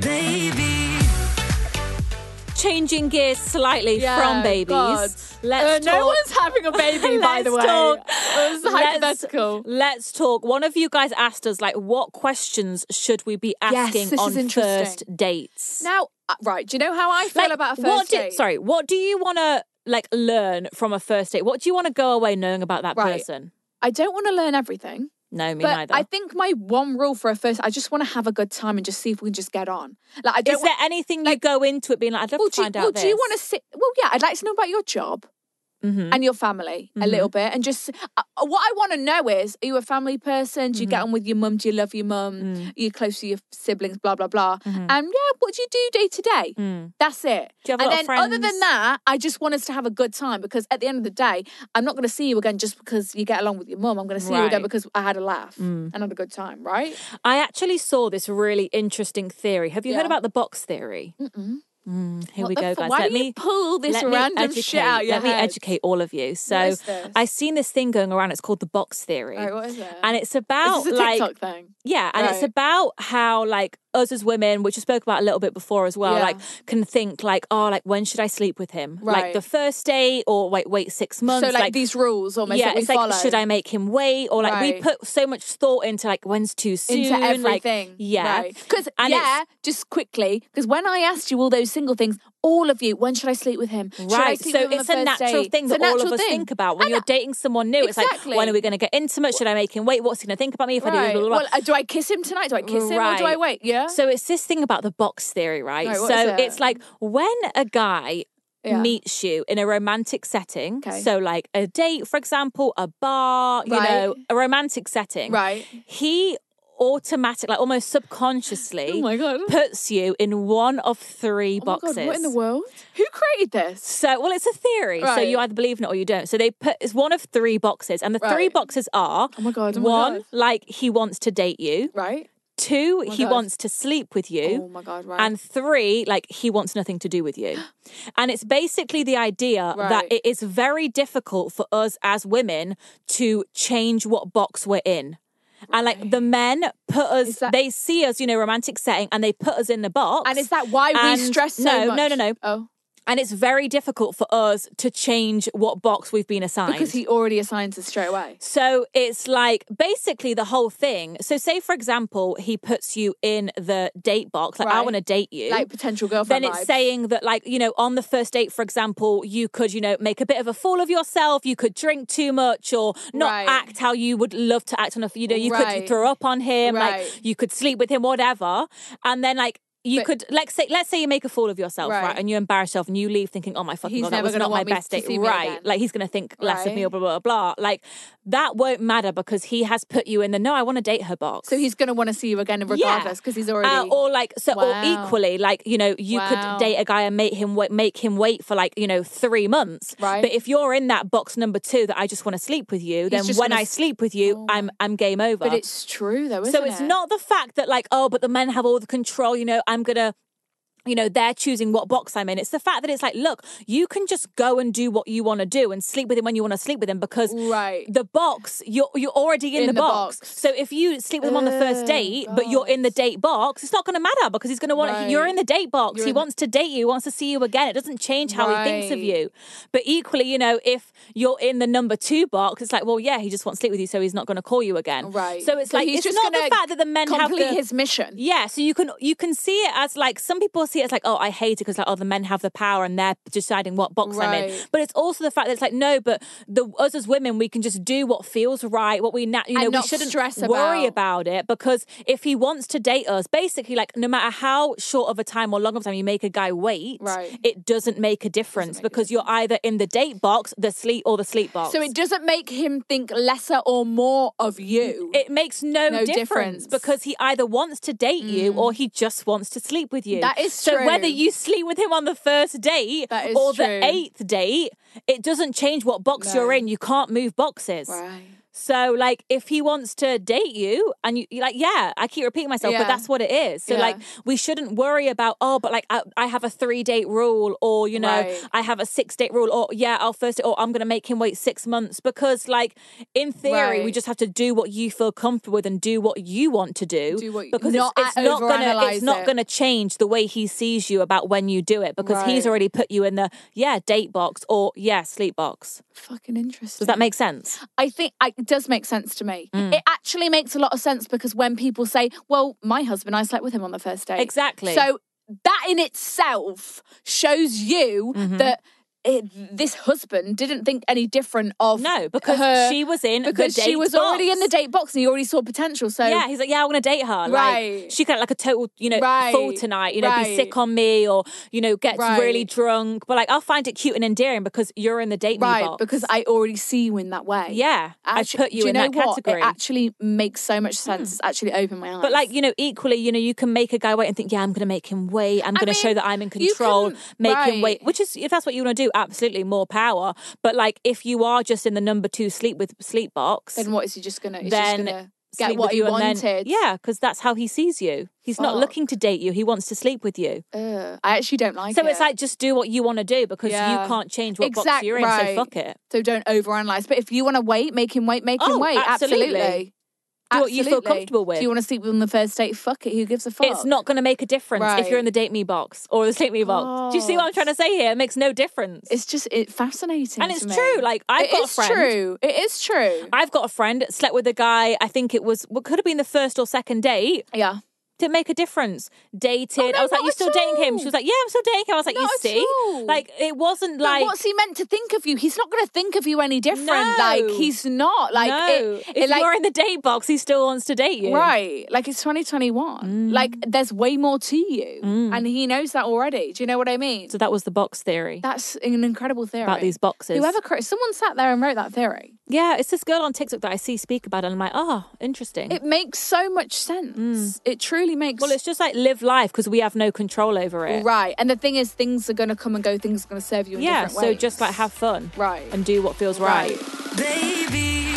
Speaker 1: Baby,
Speaker 2: changing gears slightly
Speaker 3: Yeah,
Speaker 2: from babies,
Speaker 3: God.
Speaker 2: let's
Speaker 3: Uh,
Speaker 2: talk.
Speaker 3: No one's having a
Speaker 2: (laughs)
Speaker 3: baby, by the
Speaker 2: Let's
Speaker 3: way.
Speaker 2: talk-
Speaker 3: It was
Speaker 2: let's-
Speaker 3: hypothetical.
Speaker 2: Let's talk. One of you guys asked us, like, what questions should we be asking
Speaker 3: this is
Speaker 2: on
Speaker 3: interesting.
Speaker 2: first dates?
Speaker 3: Now, uh, right? Do you know how I feel
Speaker 2: Like,
Speaker 3: about a first
Speaker 2: what do-
Speaker 3: date?
Speaker 2: sorry, what do you want to like learn from a first date? What do you want to go away knowing about that
Speaker 3: Right.
Speaker 2: person?
Speaker 3: I don't want to learn everything.
Speaker 2: No, me
Speaker 3: but
Speaker 2: neither.
Speaker 3: I think my one rule for a first, I just want to have a good time and just see if we can just get on. Like I don't.
Speaker 2: is there anything you go into it being like, I'd love
Speaker 3: well,
Speaker 2: to
Speaker 3: do you,
Speaker 2: find
Speaker 3: well,
Speaker 2: out
Speaker 3: do you want to sit? Well, yeah, I'd like to know about your job
Speaker 2: Mm-hmm.
Speaker 3: and your family a little bit, and just uh, what I want to know is: Are you a family person? Do you
Speaker 2: Mm-hmm.
Speaker 3: get on with your mum? Do you love your mum?
Speaker 2: Mm.
Speaker 3: Are you close to your siblings? Blah blah blah. And yeah, what do you do day to day? That's it.
Speaker 2: Mm-hmm. Mm. Do you have a
Speaker 3: and
Speaker 2: lot of
Speaker 3: then, other than
Speaker 2: friends?
Speaker 3: that, I just want us to have a good time because at the end of the day, I'm not going to see you again just because you get along with your mum. I'm going to see you
Speaker 2: Right. Mm.
Speaker 3: again because I had a laugh and had a good time, right?
Speaker 2: I actually saw this really interesting theory. Have you heard
Speaker 3: Yeah.
Speaker 2: about the box theory? Mm-mm. here
Speaker 3: What
Speaker 2: we
Speaker 3: the
Speaker 2: go,
Speaker 3: f-
Speaker 2: guys.
Speaker 3: why
Speaker 2: let
Speaker 3: do you
Speaker 2: me
Speaker 3: pull this
Speaker 2: let me
Speaker 3: random
Speaker 2: educate,
Speaker 3: shit out your
Speaker 2: Let me
Speaker 3: heads?
Speaker 2: educate all of you. So
Speaker 3: is this?
Speaker 2: I've seen this thing going around. It's called the box theory,
Speaker 3: Right, what is it?
Speaker 2: and it's about
Speaker 3: this is a
Speaker 2: like
Speaker 3: TikTok thing.
Speaker 2: Yeah, and it's
Speaker 3: Right.
Speaker 2: about how like us as women, which we spoke about a little bit before as well,
Speaker 3: Yeah.
Speaker 2: like can think like, oh, like when should I sleep with him? Like
Speaker 3: Right.
Speaker 2: the first date or wait, wait six months.
Speaker 3: so like, these rules almost
Speaker 2: yeah,
Speaker 3: that we
Speaker 2: it's
Speaker 3: follow.
Speaker 2: like should I make him wait or like we
Speaker 3: Right.
Speaker 2: put so much thought into like when's too soon,
Speaker 3: into
Speaker 2: like,
Speaker 3: everything?
Speaker 2: yeah,
Speaker 3: because
Speaker 2: And it's-
Speaker 3: yeah, just quickly because when I asked you all those single things, all of you, when should I sleep with him? Should I
Speaker 2: Right,
Speaker 3: sleep
Speaker 2: so
Speaker 3: with him on
Speaker 2: it's
Speaker 3: the
Speaker 2: a
Speaker 3: first
Speaker 2: natural
Speaker 3: date?
Speaker 2: thing
Speaker 3: It's a
Speaker 2: that all of
Speaker 3: natural
Speaker 2: us
Speaker 3: thing.
Speaker 2: think about when
Speaker 3: And
Speaker 2: you're
Speaker 3: I-
Speaker 2: dating someone new. It's like, when
Speaker 3: Exactly.
Speaker 2: are we going to get intimate? Should I make him wait? What's he going to think about me if I do? Blah,
Speaker 3: Right.
Speaker 2: blah, blah.
Speaker 3: Well, uh, do I kiss him tonight? Do I kiss him or do I
Speaker 2: Right.
Speaker 3: wait? Yeah.
Speaker 2: So it's this thing about the box theory, right?
Speaker 3: Right, what
Speaker 2: so
Speaker 3: is it?
Speaker 2: it's like when a guy
Speaker 3: Yeah.
Speaker 2: meets you in a romantic setting,
Speaker 3: Okay.
Speaker 2: so like a date, for example, a bar, you
Speaker 3: Right.
Speaker 2: know, a romantic setting,
Speaker 3: Right.
Speaker 2: He automatic, like almost subconsciously,
Speaker 3: (laughs) Oh my God.
Speaker 2: puts you in one of three
Speaker 3: Oh my
Speaker 2: boxes.
Speaker 3: God, what in the world? Who created this?
Speaker 2: So, well, it's a theory. So
Speaker 3: Right.
Speaker 2: you either believe in it or you don't. So they put it's one of three boxes, and the three
Speaker 3: Right.
Speaker 2: boxes are:
Speaker 3: Oh my God, oh my
Speaker 2: one,
Speaker 3: God.
Speaker 2: like he wants to date you;
Speaker 3: Right.
Speaker 2: two, he
Speaker 3: God.
Speaker 2: wants to sleep with you;
Speaker 3: Oh my God. Right.
Speaker 2: and three, like he wants nothing to do with
Speaker 3: (gasps)
Speaker 2: you. And it's basically the idea that
Speaker 3: Right.
Speaker 2: it is very difficult for us as women to change what box we're in. And like the men put us,
Speaker 3: Is that-
Speaker 2: they see us, you know, romantic setting, and they put us in the box.
Speaker 3: and is that why we
Speaker 2: And
Speaker 3: stress so
Speaker 2: no,
Speaker 3: much?
Speaker 2: No, no, no,
Speaker 3: Oh,
Speaker 2: And it's very difficult for us to change what box we've been assigned.
Speaker 3: because he already assigns us straight away.
Speaker 2: So it's like basically the whole thing. So say for example, he puts you in the date box, like I
Speaker 3: Right.
Speaker 2: want to date you,
Speaker 3: Like potential
Speaker 2: Then
Speaker 3: girlfriend
Speaker 2: it's
Speaker 3: vibes.
Speaker 2: saying that, like you know, on the first date, for example, you could you know make a bit of a fool of yourself. You could drink too much or not
Speaker 3: Right.
Speaker 2: act how you would love to act on a. You know, you could
Speaker 3: Right.
Speaker 2: throw up on him,
Speaker 3: Right.
Speaker 2: like you could sleep with him, whatever, and then like. You
Speaker 3: But-
Speaker 2: could like say let's say you make a fool of yourself, right?
Speaker 3: Right.
Speaker 2: And you embarrass yourself and you leave thinking, Oh my fucking
Speaker 3: He's
Speaker 2: god, that
Speaker 3: never
Speaker 2: was
Speaker 3: gonna
Speaker 2: not my
Speaker 3: want me
Speaker 2: best
Speaker 3: to
Speaker 2: date.
Speaker 3: see me
Speaker 2: Right.
Speaker 3: again.
Speaker 2: Like he's gonna think less of me or
Speaker 3: Right.
Speaker 2: blah blah blah. blah. Like that won't matter because he has put you in the no, I want to date her box.
Speaker 3: So he's going to want to see you again regardless because he's already.
Speaker 2: Uh, or like so, or
Speaker 3: Wow.
Speaker 2: equally, like you know, you
Speaker 3: Wow.
Speaker 2: could date a guy and make him wait, make him wait for like you know three months.
Speaker 3: Right.
Speaker 2: But if you're in that box number two that I just want to sleep with you, then
Speaker 3: just
Speaker 2: when
Speaker 3: gonna
Speaker 2: I
Speaker 3: s- Oh.
Speaker 2: sleep with you, I'm I'm game over.
Speaker 3: but it's true though, isn't
Speaker 2: so it's
Speaker 3: it?
Speaker 2: not the fact that like oh, but the men have all the control. You know, I'm gonna. You know, they're choosing what box I'm in. It's the fact that it's like, look, you can just go and do what you want to do and sleep with him when you want to sleep with him because
Speaker 3: Right.
Speaker 2: the box, you're you're already in,
Speaker 3: In
Speaker 2: the,
Speaker 3: the
Speaker 2: box.
Speaker 3: box.
Speaker 2: So if you sleep with him on the first
Speaker 3: Oh,
Speaker 2: date, but you're in the date box, it's not going to matter because he's going to want
Speaker 3: Right.
Speaker 2: you're in the date box.
Speaker 3: You're
Speaker 2: he
Speaker 3: in the-
Speaker 2: wants to date you, he wants to see you again. It doesn't change how he thinks of
Speaker 3: Right.
Speaker 2: you. But equally, you know, if you're in the number two box, it's like, well, yeah, he just wants to sleep with you, so he's not going to call you again.
Speaker 3: Right.
Speaker 2: So it's like
Speaker 3: he's
Speaker 2: it's
Speaker 3: just
Speaker 2: not
Speaker 3: gonna
Speaker 2: the fact that the men have
Speaker 3: complete
Speaker 2: the,
Speaker 3: his mission.
Speaker 2: yeah, so you can you can see it as like some people see it as like oh I hate it because like oh the men have the power and they're deciding what box I'm in,
Speaker 3: Right.
Speaker 2: but it's also the fact that it's like no, but the us as women we can just do what feels right, what we nat- you
Speaker 3: And
Speaker 2: know
Speaker 3: not
Speaker 2: we shouldn't
Speaker 3: stress
Speaker 2: worry
Speaker 3: about.
Speaker 2: about it because if he wants to date us, basically like no matter how short of a time or long of a time you make a guy wait,
Speaker 3: Right.
Speaker 2: it doesn't make a difference because you're either in the date box, the sleep or the sleep box.
Speaker 3: So it doesn't make him think lesser or more of you.
Speaker 2: It makes no,
Speaker 3: No
Speaker 2: difference,
Speaker 3: difference. Mm.
Speaker 2: because he either wants to date you or he just wants to sleep with you.
Speaker 3: That is
Speaker 2: So whether
Speaker 3: true.
Speaker 2: you sleep with him on the first date
Speaker 3: That is
Speaker 2: or
Speaker 3: true.
Speaker 2: the eighth date, it doesn't change what box you're
Speaker 3: No.
Speaker 2: in. You can't move boxes.
Speaker 3: right.
Speaker 2: So like if he wants to date you and you you're like yeah, I keep repeating myself,
Speaker 3: Yeah.
Speaker 2: but that's what it is. So
Speaker 3: Yeah.
Speaker 2: like we shouldn't worry about oh, but like I, I have a three date rule or you know
Speaker 3: Right.
Speaker 2: I have a six date rule or yeah I'll first or I'm gonna make him wait six months because like in theory we
Speaker 3: Right.
Speaker 2: just have to do what you feel comfortable with and do what you want to do,
Speaker 3: Do what you-
Speaker 2: because
Speaker 3: not
Speaker 2: it's, it's
Speaker 3: a-
Speaker 2: not gonna
Speaker 3: overanalyze
Speaker 2: it's not
Speaker 3: it.
Speaker 2: gonna change the way he sees you about when you do it because he's
Speaker 3: Right.
Speaker 2: already put you in the yeah date box or yeah sleep box.
Speaker 3: Fucking interesting.
Speaker 2: Does that make Mm. sense?
Speaker 3: I think I, it does make sense to me. It actually makes a lot of sense because when people say, "Well, my husband, I slept with him on the first date,"
Speaker 2: Exactly.
Speaker 3: So that in itself shows you
Speaker 2: Mm-hmm.
Speaker 3: that. It, this husband didn't think any different of
Speaker 2: No, because
Speaker 3: her-
Speaker 2: she was in the
Speaker 3: because she
Speaker 2: date
Speaker 3: was already in the
Speaker 2: box.
Speaker 3: date box and he already saw potential. So
Speaker 2: yeah, he's like, yeah, I want to date her.
Speaker 3: Right.
Speaker 2: Like, she could have like a total, you know,
Speaker 3: Right.
Speaker 2: fool tonight, you know, be
Speaker 3: Right.
Speaker 2: sick on me or, you know, gets
Speaker 3: Right.
Speaker 2: really drunk. But like, I'll find it cute and endearing because you're in the date me
Speaker 3: right
Speaker 2: box.
Speaker 3: because I already see you in that way.
Speaker 2: Yeah, I
Speaker 3: Actu-
Speaker 2: put you
Speaker 3: do
Speaker 2: in
Speaker 3: know
Speaker 2: that
Speaker 3: what?
Speaker 2: category. Hmm.
Speaker 3: It actually makes so much sense. It's actually opened my eyes.
Speaker 2: But like you know, equally, you know, you can make a guy wait and think, yeah, I'm going to make him wait. I'm
Speaker 3: I
Speaker 2: going to show
Speaker 3: mean,
Speaker 2: that I'm in
Speaker 3: you
Speaker 2: control.
Speaker 3: can-
Speaker 2: make him
Speaker 3: right.
Speaker 2: wait, which is if that's what you want to do, absolutely more power. But like, if you are just in the number two sleep with sleep box,
Speaker 3: then what is he just gonna? He's
Speaker 2: then
Speaker 3: just gonna get
Speaker 2: sleep
Speaker 3: what
Speaker 2: with
Speaker 3: he
Speaker 2: you and then-
Speaker 3: wanted. Oh.
Speaker 2: yeah, because that's how he sees you. He's not looking to date you. He wants to sleep with you.
Speaker 3: Ugh, I actually don't like
Speaker 2: So
Speaker 3: it.
Speaker 2: it's like just do what you want to do because
Speaker 3: Yeah.
Speaker 2: you can't change what box
Speaker 3: Exact-
Speaker 2: you're in.
Speaker 3: right.
Speaker 2: So fuck it.
Speaker 3: So don't overanalyze. But if you want to wait, make him wait, make
Speaker 2: Oh,
Speaker 3: him wait.
Speaker 2: absolutely.
Speaker 3: Absolutely.
Speaker 2: Do what you feel
Speaker 3: Absolutely.
Speaker 2: comfortable with.
Speaker 3: Do you want to sleep with him on the first date? Fuck it. Who gives a fuck?
Speaker 2: It's not going to make a difference if you're in
Speaker 3: Right.
Speaker 2: the date me box or the sleep me box. Do you see what I'm trying to say here? It makes no difference.
Speaker 3: It's just it fascinating.
Speaker 2: and
Speaker 3: to
Speaker 2: it's
Speaker 3: me.
Speaker 2: true. Like I've
Speaker 3: It
Speaker 2: got a
Speaker 3: is
Speaker 2: friend.
Speaker 3: true. It is true.
Speaker 2: I've got a friend slept with a guy. I think it was what could have been the first or second date.
Speaker 3: yeah.
Speaker 2: Didn't make a difference. Dated.
Speaker 3: Oh, no,
Speaker 2: I was like,
Speaker 3: not
Speaker 2: "You
Speaker 3: at
Speaker 2: still dating him?"
Speaker 3: all.
Speaker 2: She was like, "Yeah, I'm still dating him." I was like, "You
Speaker 3: Not at
Speaker 2: see,
Speaker 3: all.
Speaker 2: like it wasn't
Speaker 3: But
Speaker 2: like
Speaker 3: what's he meant to think of you? He's not going to think of you any different.
Speaker 2: No.
Speaker 3: Like he's not. Like
Speaker 2: no.
Speaker 3: it, it,
Speaker 2: if
Speaker 3: like,
Speaker 2: you're in the date box, he still wants to date you.
Speaker 3: Right. Like it's
Speaker 2: Mm.
Speaker 3: 2021. Like there's way more to you. And he knows that already. Do you know what I mean?
Speaker 2: So that was the box theory.
Speaker 3: That's an incredible theory.
Speaker 2: About these boxes.
Speaker 3: Whoever cr- someone sat there and wrote that theory.
Speaker 2: yeah, it's this girl on TikTok that I see speak about it, and I'm like, oh, interesting.
Speaker 3: It makes so much sense. It truly makes
Speaker 2: Mm. well, it's just like live life because we have no control over it.
Speaker 3: right. And the thing is things are going to come and go, things are going to serve you in
Speaker 2: Yeah,
Speaker 3: different
Speaker 2: so
Speaker 3: ways.
Speaker 2: just like have fun.
Speaker 3: Right.
Speaker 2: And do what feels right.
Speaker 3: Right.
Speaker 1: Baby.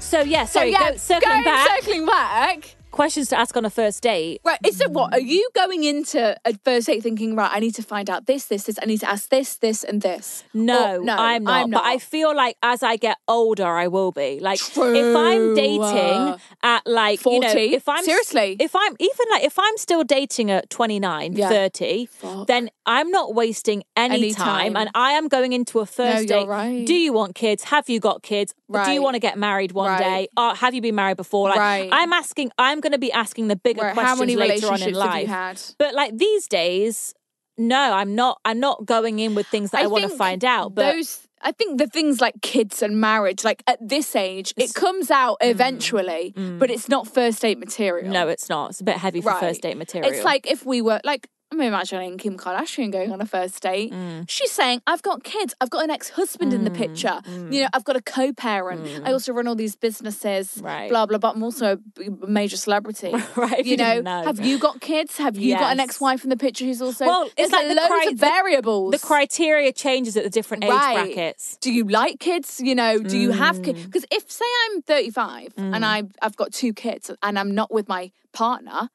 Speaker 2: So, yeah,
Speaker 3: So
Speaker 2: sorry,
Speaker 3: yeah,
Speaker 2: go, circling
Speaker 3: go
Speaker 2: back.
Speaker 3: circling back.
Speaker 2: Questions to ask on a first date.
Speaker 3: Right, is it what? Are you going into a first date thinking, right, I need to find out this, this, this, I need to ask this, this, and this?
Speaker 2: No,
Speaker 3: Or- no,
Speaker 2: I'm, not, But I feel like as I get older, I will be. Like if I'm
Speaker 3: True.
Speaker 2: dating at like you know,
Speaker 3: 40?
Speaker 2: if I'm
Speaker 3: Seriously?
Speaker 2: if I'm even like if I'm still dating at 29,
Speaker 3: Yeah.
Speaker 2: 30, then I'm not wasting any,
Speaker 3: Any
Speaker 2: time.
Speaker 3: time.
Speaker 2: and I am going into a first
Speaker 3: you're
Speaker 2: date.
Speaker 3: right.
Speaker 2: Do you want kids? Have you got kids? Do you
Speaker 3: Right.
Speaker 2: want to get married one
Speaker 3: Right.
Speaker 2: day? Or have you been married before? Like
Speaker 3: Right.
Speaker 2: I'm asking. I'm going to be asking the bigger
Speaker 3: Right,
Speaker 2: questions
Speaker 3: how many
Speaker 2: later on in
Speaker 3: relationships
Speaker 2: life.
Speaker 3: have you had?
Speaker 2: But like these days. No, I'm not. I'm not going in with things that I, want to
Speaker 3: think
Speaker 2: find out. But
Speaker 3: those, I think the things like kids and marriage, like at this age, it comes out
Speaker 2: Mm.
Speaker 3: eventually, but it's not first date material.
Speaker 2: No, it's not. It's a bit heavy for first date material.
Speaker 3: It's like if we were like. I'm imagining Kim Kardashian going on a first date.
Speaker 2: Mm.
Speaker 3: She's saying, I've got kids. I've got an ex husband in the picture.
Speaker 2: Mm.
Speaker 3: You know, I've got a co parent. I also run all these businesses,
Speaker 2: Right.
Speaker 3: blah, blah, blah. I'm also a b- major celebrity.
Speaker 2: (laughs) Right, if you
Speaker 3: know,
Speaker 2: didn't know.
Speaker 3: have you got kids? Have you got an
Speaker 2: Yes.
Speaker 3: ex wife in the picture who's also.
Speaker 2: Well, it's
Speaker 3: There's,
Speaker 2: like the
Speaker 3: loads
Speaker 2: cri-
Speaker 3: of
Speaker 2: the-
Speaker 3: variables.
Speaker 2: the criteria changes at the different age
Speaker 3: Right.
Speaker 2: brackets. Mm.
Speaker 3: Do you like kids? You know, do you have kids? Because if, say, I'm 35 and I, I've got two kids and I'm not with my partner,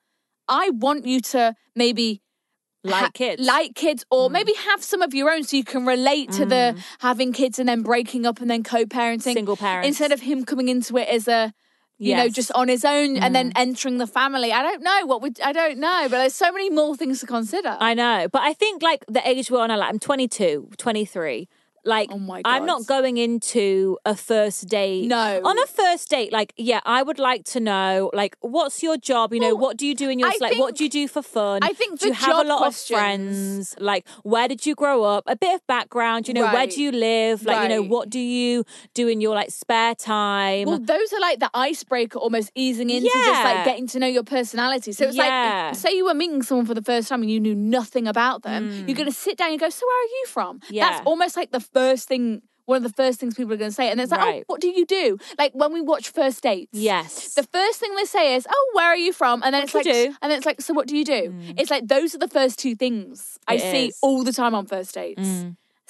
Speaker 3: I want you to maybe
Speaker 2: Like
Speaker 3: ha-
Speaker 2: kids. Mm.
Speaker 3: like kids, or maybe have some of your own so you can relate to the having kids and then breaking up and then co-parenting,
Speaker 2: Single parents.
Speaker 3: instead of him coming into it as a you know
Speaker 2: Yes. Mm.
Speaker 3: just on his own and then entering the family. I don't know what would I don't know, but there's so many more things to consider.
Speaker 2: I know. But I think like the age we're on, like, I'm 22, 23. Like,
Speaker 3: Oh my
Speaker 2: I'm
Speaker 3: God.
Speaker 2: not going into a first date.
Speaker 3: No.
Speaker 2: On a first date, like, yeah, I would like to know, like, what's your job? You know, what do you do in your,
Speaker 3: I
Speaker 2: like, what
Speaker 3: think-
Speaker 2: do you do for fun?
Speaker 3: I think
Speaker 2: do you
Speaker 3: the
Speaker 2: have
Speaker 3: job
Speaker 2: a lot
Speaker 3: questions-
Speaker 2: of friends? Like, where did you grow up? A bit of background, you know, where
Speaker 3: Right.
Speaker 2: do you live? Like, you know,
Speaker 3: Right.
Speaker 2: what do you do in your, like, spare time?
Speaker 3: Well, those are like the icebreaker, almost easing into just
Speaker 2: Yeah.
Speaker 3: like getting to know your personality. So it's
Speaker 2: Yeah.
Speaker 3: like, say you were meeting someone for the first time and you knew nothing about them, you're going to sit down and go, "So where are you from?"
Speaker 2: Mm. Yeah.
Speaker 3: That's almost like the first thing. One of the first things people are going to say, and it's like,
Speaker 2: Right.
Speaker 3: "Oh, what do you do?" Like when we watch first dates.
Speaker 2: Yes.
Speaker 3: The first thing they say is, "Oh, where are you from?" And then
Speaker 2: What do
Speaker 3: it's like,
Speaker 2: you do? Mm.
Speaker 3: and then it's like, "So what do you do?" It's like those are the first two things I
Speaker 2: It
Speaker 3: see
Speaker 2: is. Mm.
Speaker 3: all the time on first dates.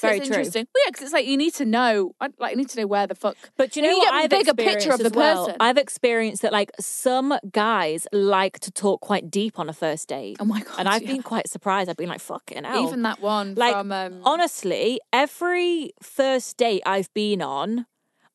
Speaker 2: Very
Speaker 3: it's
Speaker 2: true.
Speaker 3: Interesting. Well, yeah, because it's like you need to know. I, like, I need to know where the fuck.
Speaker 2: But you
Speaker 3: And
Speaker 2: know,
Speaker 3: you
Speaker 2: what?
Speaker 3: get a
Speaker 2: I've
Speaker 3: bigger picture of
Speaker 2: experienced
Speaker 3: the
Speaker 2: as well.
Speaker 3: person.
Speaker 2: I've experienced that, like some guys like to talk quite deep on a first date.
Speaker 3: Oh my God,
Speaker 2: And I've
Speaker 3: yeah.
Speaker 2: been quite surprised. I've been like, "Fucking hell!"
Speaker 3: Even that one
Speaker 2: Like
Speaker 3: from, um,
Speaker 2: honestly, every first date I've been on.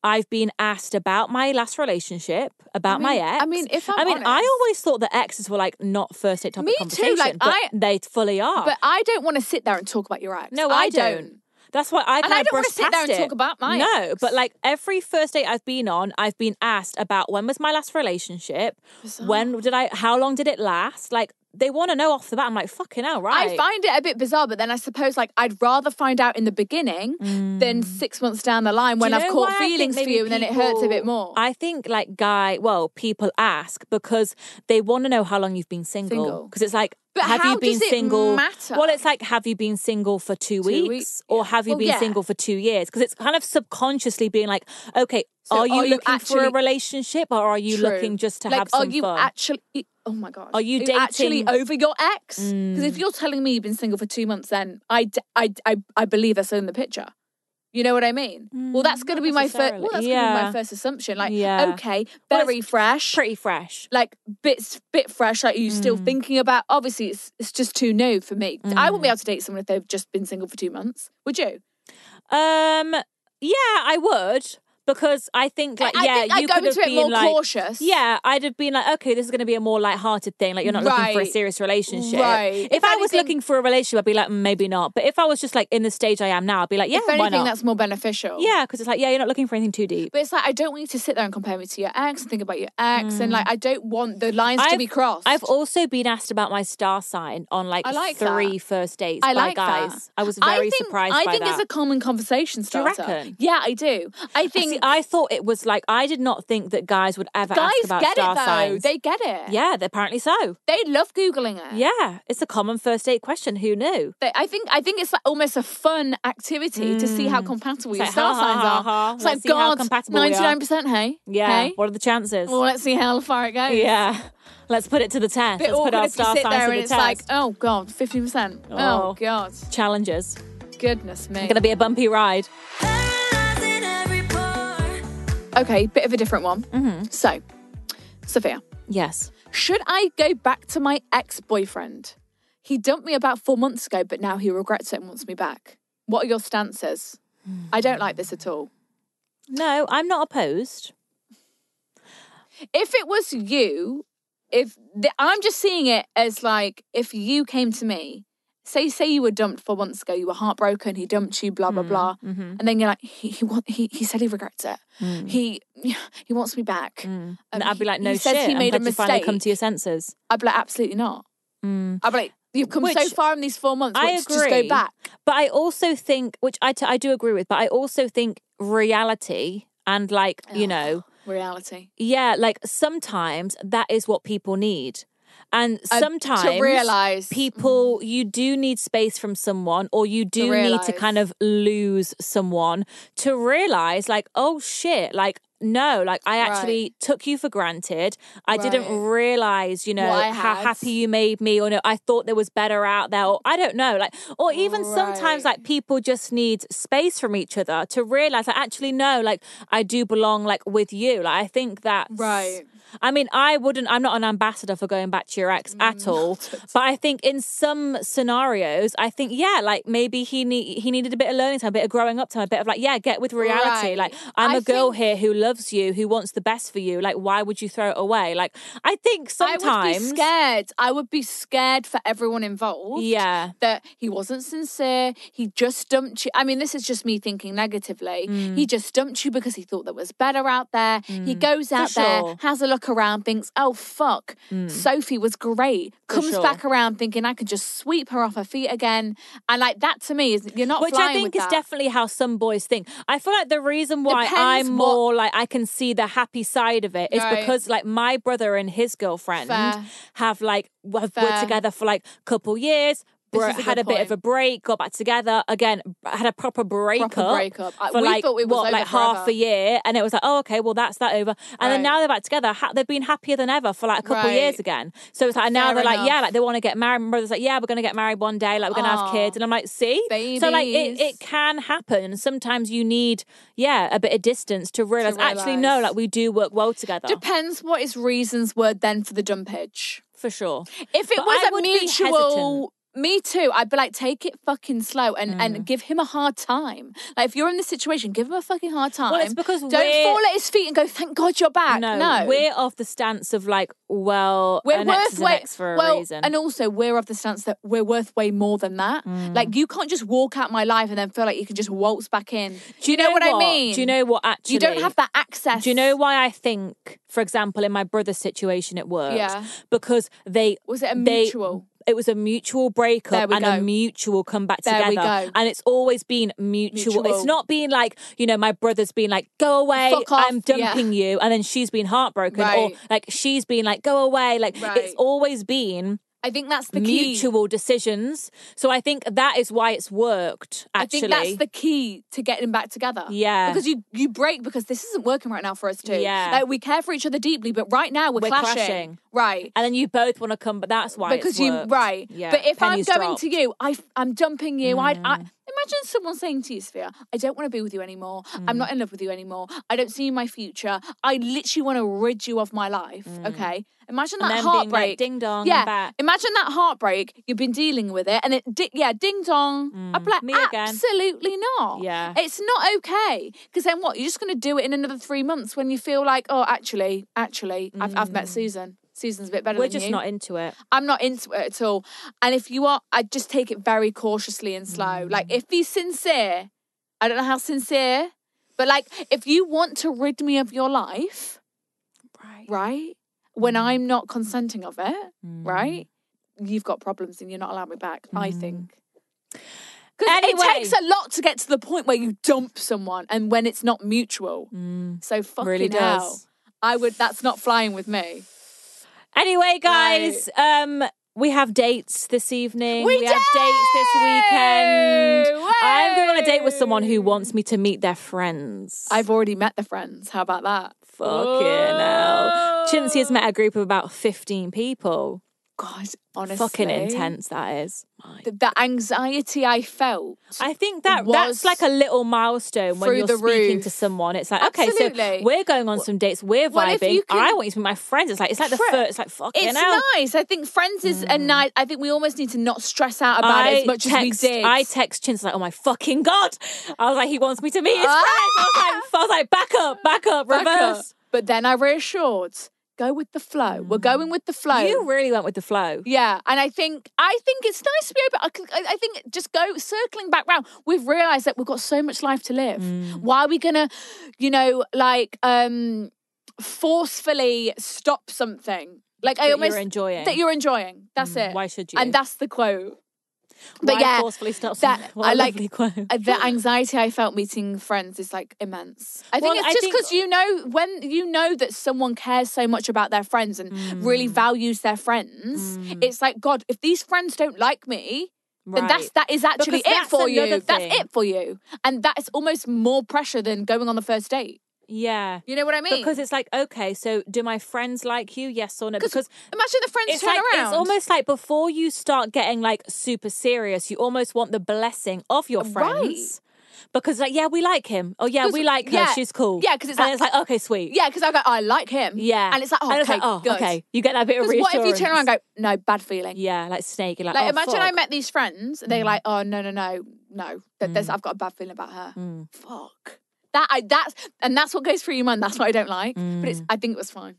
Speaker 2: I've been asked about my last relationship, about my
Speaker 3: mean- I
Speaker 2: ex.
Speaker 3: mean, if I'm
Speaker 2: I mean, I
Speaker 3: honest-
Speaker 2: always thought that exes were like not first date topic
Speaker 3: Me too,
Speaker 2: conversation,
Speaker 3: like,
Speaker 2: but
Speaker 3: I-
Speaker 2: they fully are.
Speaker 3: But I don't want to sit there and talk about your ex.
Speaker 2: No, I, don't. That's why I
Speaker 3: And
Speaker 2: kind
Speaker 3: I
Speaker 2: of
Speaker 3: don't wanna
Speaker 2: brush
Speaker 3: sit there
Speaker 2: past
Speaker 3: and
Speaker 2: it.
Speaker 3: talk about my
Speaker 2: No,
Speaker 3: ex.
Speaker 2: but like every first date I've been on, I've been asked about when was my last relationship, when did I, how long did it last? Like they want to know off the bat. I'm like fucking hell, right?
Speaker 3: I find it a bit bizarre, but then I suppose like I'd rather find out in the beginning than six months down the line
Speaker 2: Mm. Do
Speaker 3: when
Speaker 2: you
Speaker 3: I've
Speaker 2: know
Speaker 3: caught
Speaker 2: why I think
Speaker 3: feelings for
Speaker 2: maybe
Speaker 3: you, and then it hurts a bit
Speaker 2: people-
Speaker 3: more.
Speaker 2: I think like guy, well, people ask because they want to know how long you've been single.
Speaker 3: Single.
Speaker 2: Because it's like,
Speaker 3: But
Speaker 2: have
Speaker 3: how
Speaker 2: you been
Speaker 3: does it
Speaker 2: single?
Speaker 3: matter?
Speaker 2: Well, it's like, have you been single for two,
Speaker 3: Two
Speaker 2: weeks,
Speaker 3: weeks,
Speaker 2: or
Speaker 3: yeah.
Speaker 2: have you
Speaker 3: Well,
Speaker 2: been
Speaker 3: yeah.
Speaker 2: single for two years? Because it's kind of subconsciously being like, okay,
Speaker 3: So
Speaker 2: are you
Speaker 3: are you
Speaker 2: looking for a
Speaker 3: actually-
Speaker 2: relationship or are you
Speaker 3: True.
Speaker 2: looking just to
Speaker 3: like,
Speaker 2: have some
Speaker 3: Are you
Speaker 2: fun?
Speaker 3: actually? Oh my god!
Speaker 2: Are you
Speaker 3: actually
Speaker 2: dating- Mm.
Speaker 3: over your ex? Because if you're telling me you've been single for two months, then I, d- I, I, I believe that's in the picture. You know what I mean? well, that's going to
Speaker 2: Mm, not
Speaker 3: be my first.
Speaker 2: necessarily.
Speaker 3: Well, that's going to be
Speaker 2: Yeah.
Speaker 3: my first assumption. Like,
Speaker 2: Yeah.
Speaker 3: okay,
Speaker 2: Well, it's
Speaker 3: very fresh.
Speaker 2: Pretty Mm. fresh.
Speaker 3: like bits bit fresh like are you still thinking about obviously it's it's just too new for me i
Speaker 2: Mm.
Speaker 3: wouldn't be able to date someone if they've just been single for two months would you
Speaker 2: Um, yeah, I would because I think like
Speaker 3: I
Speaker 2: yeah,
Speaker 3: think I'd
Speaker 2: you
Speaker 3: go
Speaker 2: could have
Speaker 3: into it
Speaker 2: been
Speaker 3: more
Speaker 2: like
Speaker 3: cautious.
Speaker 2: Yeah, I'd have been like, okay, this is going to be a more light-hearted thing. Like you're not looking for a
Speaker 3: Right.
Speaker 2: serious relationship.
Speaker 3: Right.
Speaker 2: If,
Speaker 3: If
Speaker 2: I was
Speaker 3: anything-
Speaker 2: looking for a relationship, I'd be like, "Mm, maybe not. But if I was just like in the stage I am now, I'd be like, yeah,
Speaker 3: if
Speaker 2: why
Speaker 3: anything
Speaker 2: not?
Speaker 3: that's more beneficial
Speaker 2: Yeah, because it's like yeah, you're not looking for anything too deep.
Speaker 3: but it's like i don't want you to sit there and compare me to your ex and think about your ex and like i don't want the lines to be crossed
Speaker 2: Mm. I've also been asked about my star sign on like,
Speaker 3: I like
Speaker 2: three
Speaker 3: that.
Speaker 2: first dates
Speaker 3: I
Speaker 2: by
Speaker 3: like
Speaker 2: guys.
Speaker 3: that.
Speaker 2: I was very
Speaker 3: think,
Speaker 2: surprised
Speaker 3: I
Speaker 2: by
Speaker 3: think
Speaker 2: that.
Speaker 3: it's a common conversation
Speaker 2: you
Speaker 3: starter.
Speaker 2: reckon?
Speaker 3: Yeah, I do. I think
Speaker 2: See, I thought it was like I did not think that guys would ever
Speaker 3: guys
Speaker 2: ask about
Speaker 3: get
Speaker 2: star
Speaker 3: it though.
Speaker 2: signs.
Speaker 3: They get it.
Speaker 2: yeah, they- apparently so.
Speaker 3: They love googling it.
Speaker 2: Yeah, it's a common first date question. Who knew?
Speaker 3: They- I think I think it's like almost a fun activity to see how compatible
Speaker 2: Mm. It's
Speaker 3: your
Speaker 2: like,
Speaker 3: star
Speaker 2: ha, ha,
Speaker 3: signs
Speaker 2: ha,
Speaker 3: are.
Speaker 2: ha.
Speaker 3: It's
Speaker 2: Let's
Speaker 3: like
Speaker 2: see how
Speaker 3: God,
Speaker 2: compatible we are.
Speaker 3: ninety nine percent. Hey,
Speaker 2: Yeah.
Speaker 3: Hey?
Speaker 2: What are the chances?
Speaker 3: Well, let's see how far it goes.
Speaker 2: (laughs) yeah. Let's put it to the test.
Speaker 3: Bit
Speaker 2: Let's put
Speaker 3: awkward
Speaker 2: our
Speaker 3: if you
Speaker 2: star
Speaker 3: sit
Speaker 2: signs
Speaker 3: there
Speaker 2: to
Speaker 3: and
Speaker 2: the
Speaker 3: it's
Speaker 2: test.
Speaker 3: like, oh god, fifty percent.
Speaker 2: Oh.
Speaker 3: Oh god,
Speaker 2: Challenges.
Speaker 3: goodness me.
Speaker 2: It's gonna be a bumpy ride.
Speaker 1: Paralyzing every pore.
Speaker 3: Okay, bit of a different one. Mm-hmm. So, Sophia,
Speaker 2: Yes.
Speaker 3: should I go back to my ex boyfriend? He dumped me about four months ago, but now he regrets it and wants me back. What are your stances?
Speaker 2: Hmm.
Speaker 3: I don't like this at all.
Speaker 2: No, I'm not opposed.
Speaker 3: if it was you, if the, I'm just seeing it as like if you came to me, say say you were dumped four months ago, you were heartbroken, he dumped you, blah blah
Speaker 2: Hmm.
Speaker 3: blah,
Speaker 2: Mm-hmm.
Speaker 3: and then you're like he he, want, he he said he regrets it, he (sighs) he wants me back.
Speaker 2: Hmm. And
Speaker 3: Um,
Speaker 2: I'd be like,
Speaker 3: he-
Speaker 2: no
Speaker 3: he
Speaker 2: shit.
Speaker 3: says he
Speaker 2: I'm
Speaker 3: made a
Speaker 2: glad you finally come
Speaker 3: mistake.
Speaker 2: to your senses.
Speaker 3: I'd be like absolutely not. I'd be like you've come so
Speaker 2: Mm. Which-
Speaker 3: far in these four months,
Speaker 2: I
Speaker 3: let's
Speaker 2: agree.
Speaker 3: just go back.
Speaker 2: But I also think, which I, t- I do agree with, but I also think reality and like, you know,
Speaker 3: Reality.
Speaker 2: Yeah, like sometimes that is what people need. And
Speaker 3: Uh, to Mm-hmm.
Speaker 2: sometimes
Speaker 3: realise.
Speaker 2: people you do need space from someone or you do need to
Speaker 3: realise.
Speaker 2: kind of lose someone to realize like oh shit like no like I actually took you for granted. I didn't
Speaker 3: Right.
Speaker 2: realize, you know,
Speaker 3: What I
Speaker 2: how
Speaker 3: had.
Speaker 2: happy you made me or no I thought there was better out there or I don't know like or even sometimes
Speaker 3: Right.
Speaker 2: like people just need space from each other to realize like actually no like I do belong like with you. Like I think that
Speaker 3: Right.
Speaker 2: I mean, I wouldn't, I'm not an ambassador for going back to your ex
Speaker 3: Mm, (laughs)
Speaker 2: at all. But I think in some scenarios, I think, yeah, like maybe he need, he needed a bit of learning time, a bit of growing up time, a bit of like, yeah, get with reality.
Speaker 3: Right.
Speaker 2: Like, I'm
Speaker 3: I
Speaker 2: am a girl
Speaker 3: think-
Speaker 2: here who loves you, who wants the best for you. Like, why would you throw it away? Like, I think sometimes.
Speaker 3: I would be scared. I would be scared for everyone involved.
Speaker 2: Yeah.
Speaker 3: That he wasn't sincere. He just dumped you. I mean, this is just me thinking negatively.
Speaker 2: Mm.
Speaker 3: He just dumped you because he thought there was better out there. He goes out
Speaker 2: sure. Mm.
Speaker 3: there, has a look around, thinks, oh, fuck, Sophie was great. Comes
Speaker 2: sure.
Speaker 3: back around thinking, I could just sweep her off her feet again. And like, that to me is, you're not
Speaker 2: Which
Speaker 3: flying
Speaker 2: I think
Speaker 3: with
Speaker 2: is
Speaker 3: that.
Speaker 2: definitely how some boys think. I feel like the reason why
Speaker 3: Depends
Speaker 2: I'm
Speaker 3: what-
Speaker 2: more like I can see the happy side of it is
Speaker 3: Right.
Speaker 2: because like my brother and his girlfriend
Speaker 3: Fair.
Speaker 2: have like w- have
Speaker 3: Fair.
Speaker 2: were together for like couple years. bro-
Speaker 3: is a good
Speaker 2: had a bit of
Speaker 3: point.
Speaker 2: a break, got back together again, b- had a proper breakup,
Speaker 3: breakup. I-
Speaker 2: for
Speaker 3: we
Speaker 2: like
Speaker 3: thought we was
Speaker 2: what,
Speaker 3: over
Speaker 2: like half
Speaker 3: forever.
Speaker 2: a year, and it was like, oh, okay, well that's that over, and
Speaker 3: Right.
Speaker 2: then now they're back together. Ha- they've been happier than ever for like a couple of years
Speaker 3: Right.
Speaker 2: again. So it's like and now
Speaker 3: Fair
Speaker 2: they're like, yeah,
Speaker 3: enough.
Speaker 2: like they want to get married. My brother's like, yeah, we're gonna get married one day, like we're gonna
Speaker 3: Aw,
Speaker 2: have kids, and I'm like, see, so like it,
Speaker 3: babies.
Speaker 2: it can happen, and sometimes you need yeah a bit of distance to realize, actually no,
Speaker 3: realise.
Speaker 2: like we do work well together
Speaker 3: Depends what his reasons were then for the dumpage.
Speaker 2: for sure.
Speaker 3: If it
Speaker 2: But
Speaker 3: was
Speaker 2: I
Speaker 3: a
Speaker 2: would be hesitant. Mm.
Speaker 3: mutual, me too. I'd be like, take it fucking slow and, and give him a hard time. Like if you're in this situation, give him a fucking hard time.
Speaker 2: it's because
Speaker 3: don't
Speaker 2: we're-
Speaker 3: fall at his feet and go, thank God you're back. No,
Speaker 2: No, we're of the stance of like, well,
Speaker 3: We're
Speaker 2: an ex
Speaker 3: worth
Speaker 2: is an
Speaker 3: way
Speaker 2: ex for a
Speaker 3: well,
Speaker 2: reason.
Speaker 3: and also we're of the stance that we're worth way more than that.
Speaker 2: Mm.
Speaker 3: Like you can't just walk out my life and then feel like you can just waltz back in. Do you, know, what, I mean?
Speaker 2: Do you know what actually?
Speaker 3: you don't have that access?
Speaker 2: Do you know why I think, for example, in my brother's situation at work,
Speaker 3: Yeah.
Speaker 2: because they
Speaker 3: Was it a
Speaker 2: they-
Speaker 3: mutual?
Speaker 2: it was a mutual
Speaker 3: There
Speaker 2: breakup
Speaker 3: we
Speaker 2: and
Speaker 3: go.
Speaker 2: a mutual comeback
Speaker 3: There
Speaker 2: together,
Speaker 3: we go.
Speaker 2: and it's always been mutual.
Speaker 3: Mutual.
Speaker 2: It's not been like you know my brother's been like go away,
Speaker 3: Fuck off,
Speaker 2: I'm
Speaker 3: yeah.
Speaker 2: dumping you, and then she's been heartbroken, or
Speaker 3: Right.
Speaker 2: like she's been like go away. Like
Speaker 3: Right.
Speaker 2: it's always been
Speaker 3: I think that's the key.
Speaker 2: mutual decisions. So I think that is why it's worked. Actually,
Speaker 3: I think that's the key to getting back together.
Speaker 2: Yeah.
Speaker 3: Because you you break because this isn't working right now for us two.
Speaker 2: Yeah.
Speaker 3: Like we care for each other deeply, but right now we're,
Speaker 2: We're
Speaker 3: clashing.
Speaker 2: clashing.
Speaker 3: Right.
Speaker 2: and then you both want to come, but that's why it's
Speaker 3: because you
Speaker 2: worked.
Speaker 3: right.
Speaker 2: Yeah, Mm.
Speaker 3: But if
Speaker 2: pennies
Speaker 3: I'm going
Speaker 2: dropped.
Speaker 3: to you, I I'm dumping you. I'd I imagine someone saying to you, Sophia, I don't want to be with you anymore.
Speaker 2: Mm.
Speaker 3: I'm not in love with you anymore. I don't see my future. I literally want to rid you of my life. Okay. Imagine
Speaker 2: Mm. And
Speaker 3: that
Speaker 2: then being like,
Speaker 3: heartbreak.
Speaker 2: "Ding dong, I'm
Speaker 3: Yeah.
Speaker 2: back."
Speaker 3: Imagine that heartbreak. You've been dealing with it, and it di- yeah, ding dong. I'd be like,
Speaker 2: Mm. Me again.
Speaker 3: absolutely not.
Speaker 2: Yeah.
Speaker 3: It's not okay. Because then what? You're just going to do it in another three months when you feel like, oh, actually, actually, I've, I've met Susan. Susan's a bit better
Speaker 2: Mm. We're
Speaker 3: than
Speaker 2: just
Speaker 3: you.
Speaker 2: not into it.
Speaker 3: I'm not into it at all. And if you are, I just take it very cautiously and slow.
Speaker 2: Mm.
Speaker 3: Like if he's sincere, I don't know how sincere, but like if you want to rid me of your life, right? Right? When
Speaker 2: Mm.
Speaker 3: I'm not consenting of it, right? You've got problems and you're not allowing me back. I think. 'Cause
Speaker 2: Mm. Anyway.
Speaker 3: it takes a lot to get to the point where you dump someone and when it's not mutual. So fucking
Speaker 2: Mm. Really
Speaker 3: hell.
Speaker 2: does.
Speaker 3: I would. That's not flying with me.
Speaker 2: Anyway, guys, um, we have dates this evening.
Speaker 3: We
Speaker 2: have dates this weekend.
Speaker 3: do!
Speaker 2: I'm going on a date with someone who wants me to meet their friends.
Speaker 3: I've already met the friends. How about that?
Speaker 2: fucking hell. Chintzy has met a group of about 15 people.
Speaker 3: God, honestly,
Speaker 2: Fucking intense that is. My
Speaker 3: The, the anxiety I felt.
Speaker 2: I think that
Speaker 3: was
Speaker 2: that's like a little milestone when
Speaker 3: through
Speaker 2: you're
Speaker 3: the
Speaker 2: speaking
Speaker 3: roof.
Speaker 2: to someone. It's like, okay,
Speaker 3: Absolutely.
Speaker 2: so we're going on some dates, we're
Speaker 3: Well, if
Speaker 2: vibing.
Speaker 3: you can-
Speaker 2: I want you to be my friends. It's like it's like the
Speaker 3: Fri-
Speaker 2: first, it's like fucking
Speaker 3: it's
Speaker 2: hell. Mm.
Speaker 3: nice. I think friends is a nice. I think we almost need to not stress out about it as much
Speaker 2: text,
Speaker 3: as we did.
Speaker 2: I text Chintz like, oh my fucking god! I was like, he wants me to meet his
Speaker 3: Ah!
Speaker 2: friends. I was, like, I was like, back up, back up,
Speaker 3: Back up.
Speaker 2: reverse.
Speaker 3: But then I reassured, go with the flow. We're going with the flow.
Speaker 2: Mm. You really went with the flow.
Speaker 3: Yeah, and I think I think it's nice to be open. I, I think just go circling back round. We've realised that we've got so much life to live.
Speaker 2: Mm.
Speaker 3: Why are we gonna, you know, like um forcefully stop something? Like I
Speaker 2: That
Speaker 3: almost
Speaker 2: you're enjoying. Mm,
Speaker 3: that you're enjoying. That's it.
Speaker 2: why should you?
Speaker 3: And that's the quote. But
Speaker 2: Why
Speaker 3: yeah,
Speaker 2: forcefully stop
Speaker 3: that
Speaker 2: something? What a
Speaker 3: I like
Speaker 2: lovely quote.
Speaker 3: uh, the anxiety I felt meeting friends is like immense. I think
Speaker 2: Well, I
Speaker 3: it's just
Speaker 2: think-
Speaker 3: because you know when you know that someone cares so much about their friends and really
Speaker 2: Mm.
Speaker 3: values their friends. It's like God, if these friends don't like me, then that's
Speaker 2: Right.
Speaker 3: that is actually
Speaker 2: Because
Speaker 3: it
Speaker 2: that's
Speaker 3: for you.
Speaker 2: another
Speaker 3: That's
Speaker 2: thing.
Speaker 3: it for you, and that is almost more pressure than going on the first date.
Speaker 2: yeah.
Speaker 3: You know what I mean?
Speaker 2: Because it's like, okay, so do my friends like you? Yes or no? Because
Speaker 3: imagine the friends
Speaker 2: it's
Speaker 3: turn
Speaker 2: like
Speaker 3: around.
Speaker 2: it's almost like before you start getting like super serious, you almost want the blessing of your
Speaker 3: Right.
Speaker 2: friends. Because like, yeah, we like him. Oh yeah,
Speaker 3: 'Cause-
Speaker 2: we like her.
Speaker 3: yeah.
Speaker 2: She's cool.
Speaker 3: Yeah, 'cause it's
Speaker 2: And
Speaker 3: like-
Speaker 2: it's like okay, sweet.
Speaker 3: yeah, because I go, I like him.
Speaker 2: Yeah.
Speaker 3: and it's like, oh, okay, good.
Speaker 2: okay. You get that bit of
Speaker 3: Because what
Speaker 2: reassurance.
Speaker 3: if you turn around and go, no, bad feeling?
Speaker 2: Yeah, like snake. You're like,
Speaker 3: Like,
Speaker 2: oh,
Speaker 3: imagine I
Speaker 2: fuck. Mm.
Speaker 3: met these friends and they're like, oh, no, no, no, no. That, there's I've got a bad feeling about her.
Speaker 2: Mm.
Speaker 3: Fuck. That I that's and that's what goes through your mind. That's what I don't like. But
Speaker 2: Mm.
Speaker 3: it's I think it was fine.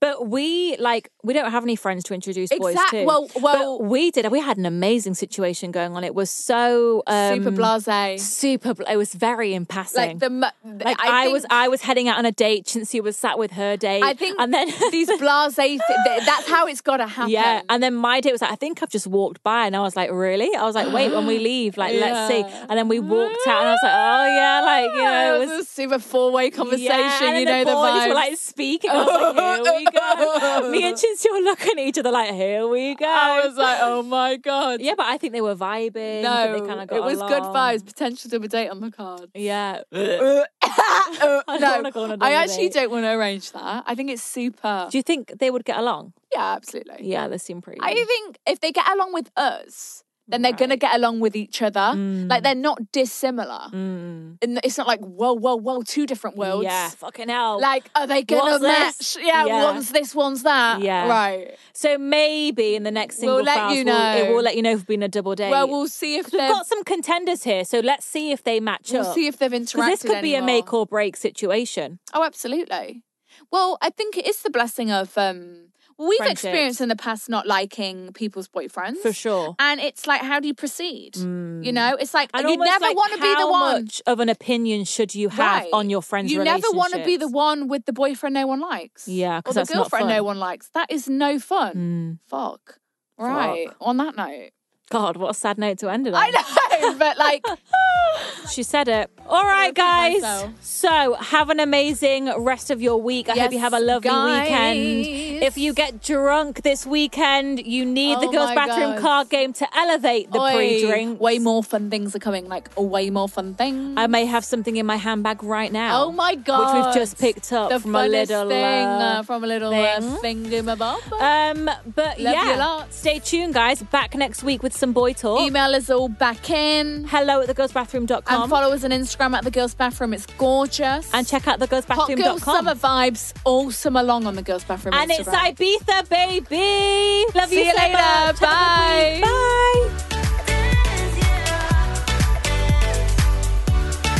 Speaker 2: But we like we don't have any friends to introduce boys
Speaker 3: Exact-
Speaker 2: to.
Speaker 3: well-
Speaker 2: But
Speaker 3: well-
Speaker 2: we did. We had an amazing situation going on. It was so um,
Speaker 3: Super blase.
Speaker 2: Super. Bl- it was very impassing.
Speaker 3: Like the mu- the-
Speaker 2: Like, I, was,
Speaker 3: think-
Speaker 2: I was heading out on a date. Chintzy was sat with her date.
Speaker 3: I think
Speaker 2: and then (laughs)
Speaker 3: (laughs) these blase. Th- th- that's how it's got to happen.
Speaker 2: Yeah, and then my date was like, I think I've just walked by, and I was like,
Speaker 3: (gasps)
Speaker 2: really? I was like, wait, when we leave, like, let's see. And then we walked out, and I was like, oh yeah, like you know,
Speaker 3: It
Speaker 2: it
Speaker 3: was
Speaker 2: was,
Speaker 3: was a super four way conversation.
Speaker 2: Yeah, and
Speaker 3: you know
Speaker 2: then the boys
Speaker 3: vibes.
Speaker 2: were like speaking. I was like, here we go.
Speaker 3: (laughs)
Speaker 2: Me and Chinsu were looking at each other like, here we go.
Speaker 3: I was like,
Speaker 2: (laughs)
Speaker 3: oh my god.
Speaker 2: yeah, but I think they were vibing. I think
Speaker 3: No,
Speaker 2: they kind of got
Speaker 3: it was good
Speaker 2: along.
Speaker 3: vibes. Potential double date on the card. (laughs)
Speaker 2: Yeah.
Speaker 3: Uh,
Speaker 2: I don't wanna go on
Speaker 3: no,
Speaker 2: a double
Speaker 3: I actually
Speaker 2: date.
Speaker 3: don't want to arrange that. I think it's super.
Speaker 2: Do you think they would get along?
Speaker 3: yeah, absolutely.
Speaker 2: Yeah, they seem pretty.
Speaker 3: I think if they get along with us, then they're gonna get along with each other.
Speaker 2: Mm.
Speaker 3: Like they're not dissimilar, and it's not like whoa, whoa, whoa, two different worlds.
Speaker 2: Yeah, fucking hell.
Speaker 3: Like, are they gonna
Speaker 2: What's
Speaker 3: match?
Speaker 2: this?
Speaker 3: Yeah,
Speaker 2: Yeah.
Speaker 3: one's this, one's that.
Speaker 2: Yeah.
Speaker 3: right.
Speaker 2: so maybe in the next single
Speaker 3: We'll let
Speaker 2: files,
Speaker 3: you
Speaker 2: we'll- it
Speaker 3: know.
Speaker 2: will let you know if we've been a double date.
Speaker 3: Well, we'll see if
Speaker 2: 'Cause we've
Speaker 3: they've
Speaker 2: got some contenders here, so let's see if they match
Speaker 3: we'll
Speaker 2: up.
Speaker 3: see if they've
Speaker 2: 'Cause
Speaker 3: interacted.
Speaker 2: this could be a
Speaker 3: anymore.
Speaker 2: make or break situation.
Speaker 3: Oh, absolutely. Well, I think it is the blessing of um we've
Speaker 2: Friendships.
Speaker 3: experienced in the past not liking people's boyfriends.
Speaker 2: For sure. Mm.
Speaker 3: And it's like how do you proceed? You know, it's like
Speaker 2: And
Speaker 3: you
Speaker 2: almost
Speaker 3: never
Speaker 2: like,
Speaker 3: want to be the
Speaker 2: how
Speaker 3: one.
Speaker 2: much of an opinion should you have
Speaker 3: Right.
Speaker 2: on your friend's
Speaker 3: You never want to be the
Speaker 2: relationships?
Speaker 3: one with the boyfriend no one likes.
Speaker 2: Yeah, 'cause
Speaker 3: or the
Speaker 2: that's not
Speaker 3: girlfriend
Speaker 2: fun. Mm.
Speaker 3: no one likes. That is no fun. Fuck. Right. On
Speaker 2: (laughs)
Speaker 3: that note,
Speaker 2: God, what a sad note to end it on.
Speaker 3: I know, but like,
Speaker 2: She said it. All right,
Speaker 3: repeat
Speaker 2: guys.
Speaker 3: myself.
Speaker 2: So have an amazing rest of your week. I hope you
Speaker 3: Yes,
Speaker 2: have a lovely
Speaker 3: guys.
Speaker 2: weekend. If you get drunk this weekend, you need the
Speaker 3: Oh
Speaker 2: girls'
Speaker 3: my
Speaker 2: bathroom
Speaker 3: God.
Speaker 2: card game to elevate the
Speaker 3: oi,
Speaker 2: pre-drink.
Speaker 3: way more fun things are coming. Like, way more fun things.
Speaker 2: I may have something in my handbag right now.
Speaker 3: Oh my god!
Speaker 2: Which we've just picked up
Speaker 3: the
Speaker 2: from a
Speaker 3: funnest
Speaker 2: little
Speaker 3: thing
Speaker 2: uh,
Speaker 3: uh, from a little
Speaker 2: thing.
Speaker 3: thing. Uh, thingamabob.
Speaker 2: Um, but
Speaker 3: Love
Speaker 2: yeah,
Speaker 3: you lots.
Speaker 2: stay tuned, guys. Back next week with some boy talk.
Speaker 3: Email us all back in
Speaker 2: Hello at thegirlsbathroom.com.
Speaker 3: and follow us on Instagram at the girls' bathroom. It's gorgeous
Speaker 2: and check out
Speaker 3: Hot girl
Speaker 2: thegirlsbathroom.com.
Speaker 3: summer vibes all summer long on the girls' bathroom.
Speaker 2: And it's
Speaker 3: Instagram.
Speaker 2: Ibiza, baby. Love
Speaker 3: See
Speaker 2: you,
Speaker 3: you
Speaker 2: so
Speaker 3: later.
Speaker 2: much. Have a good
Speaker 3: Bye.
Speaker 2: week. Bye.
Speaker 1: Dance, yeah, dance.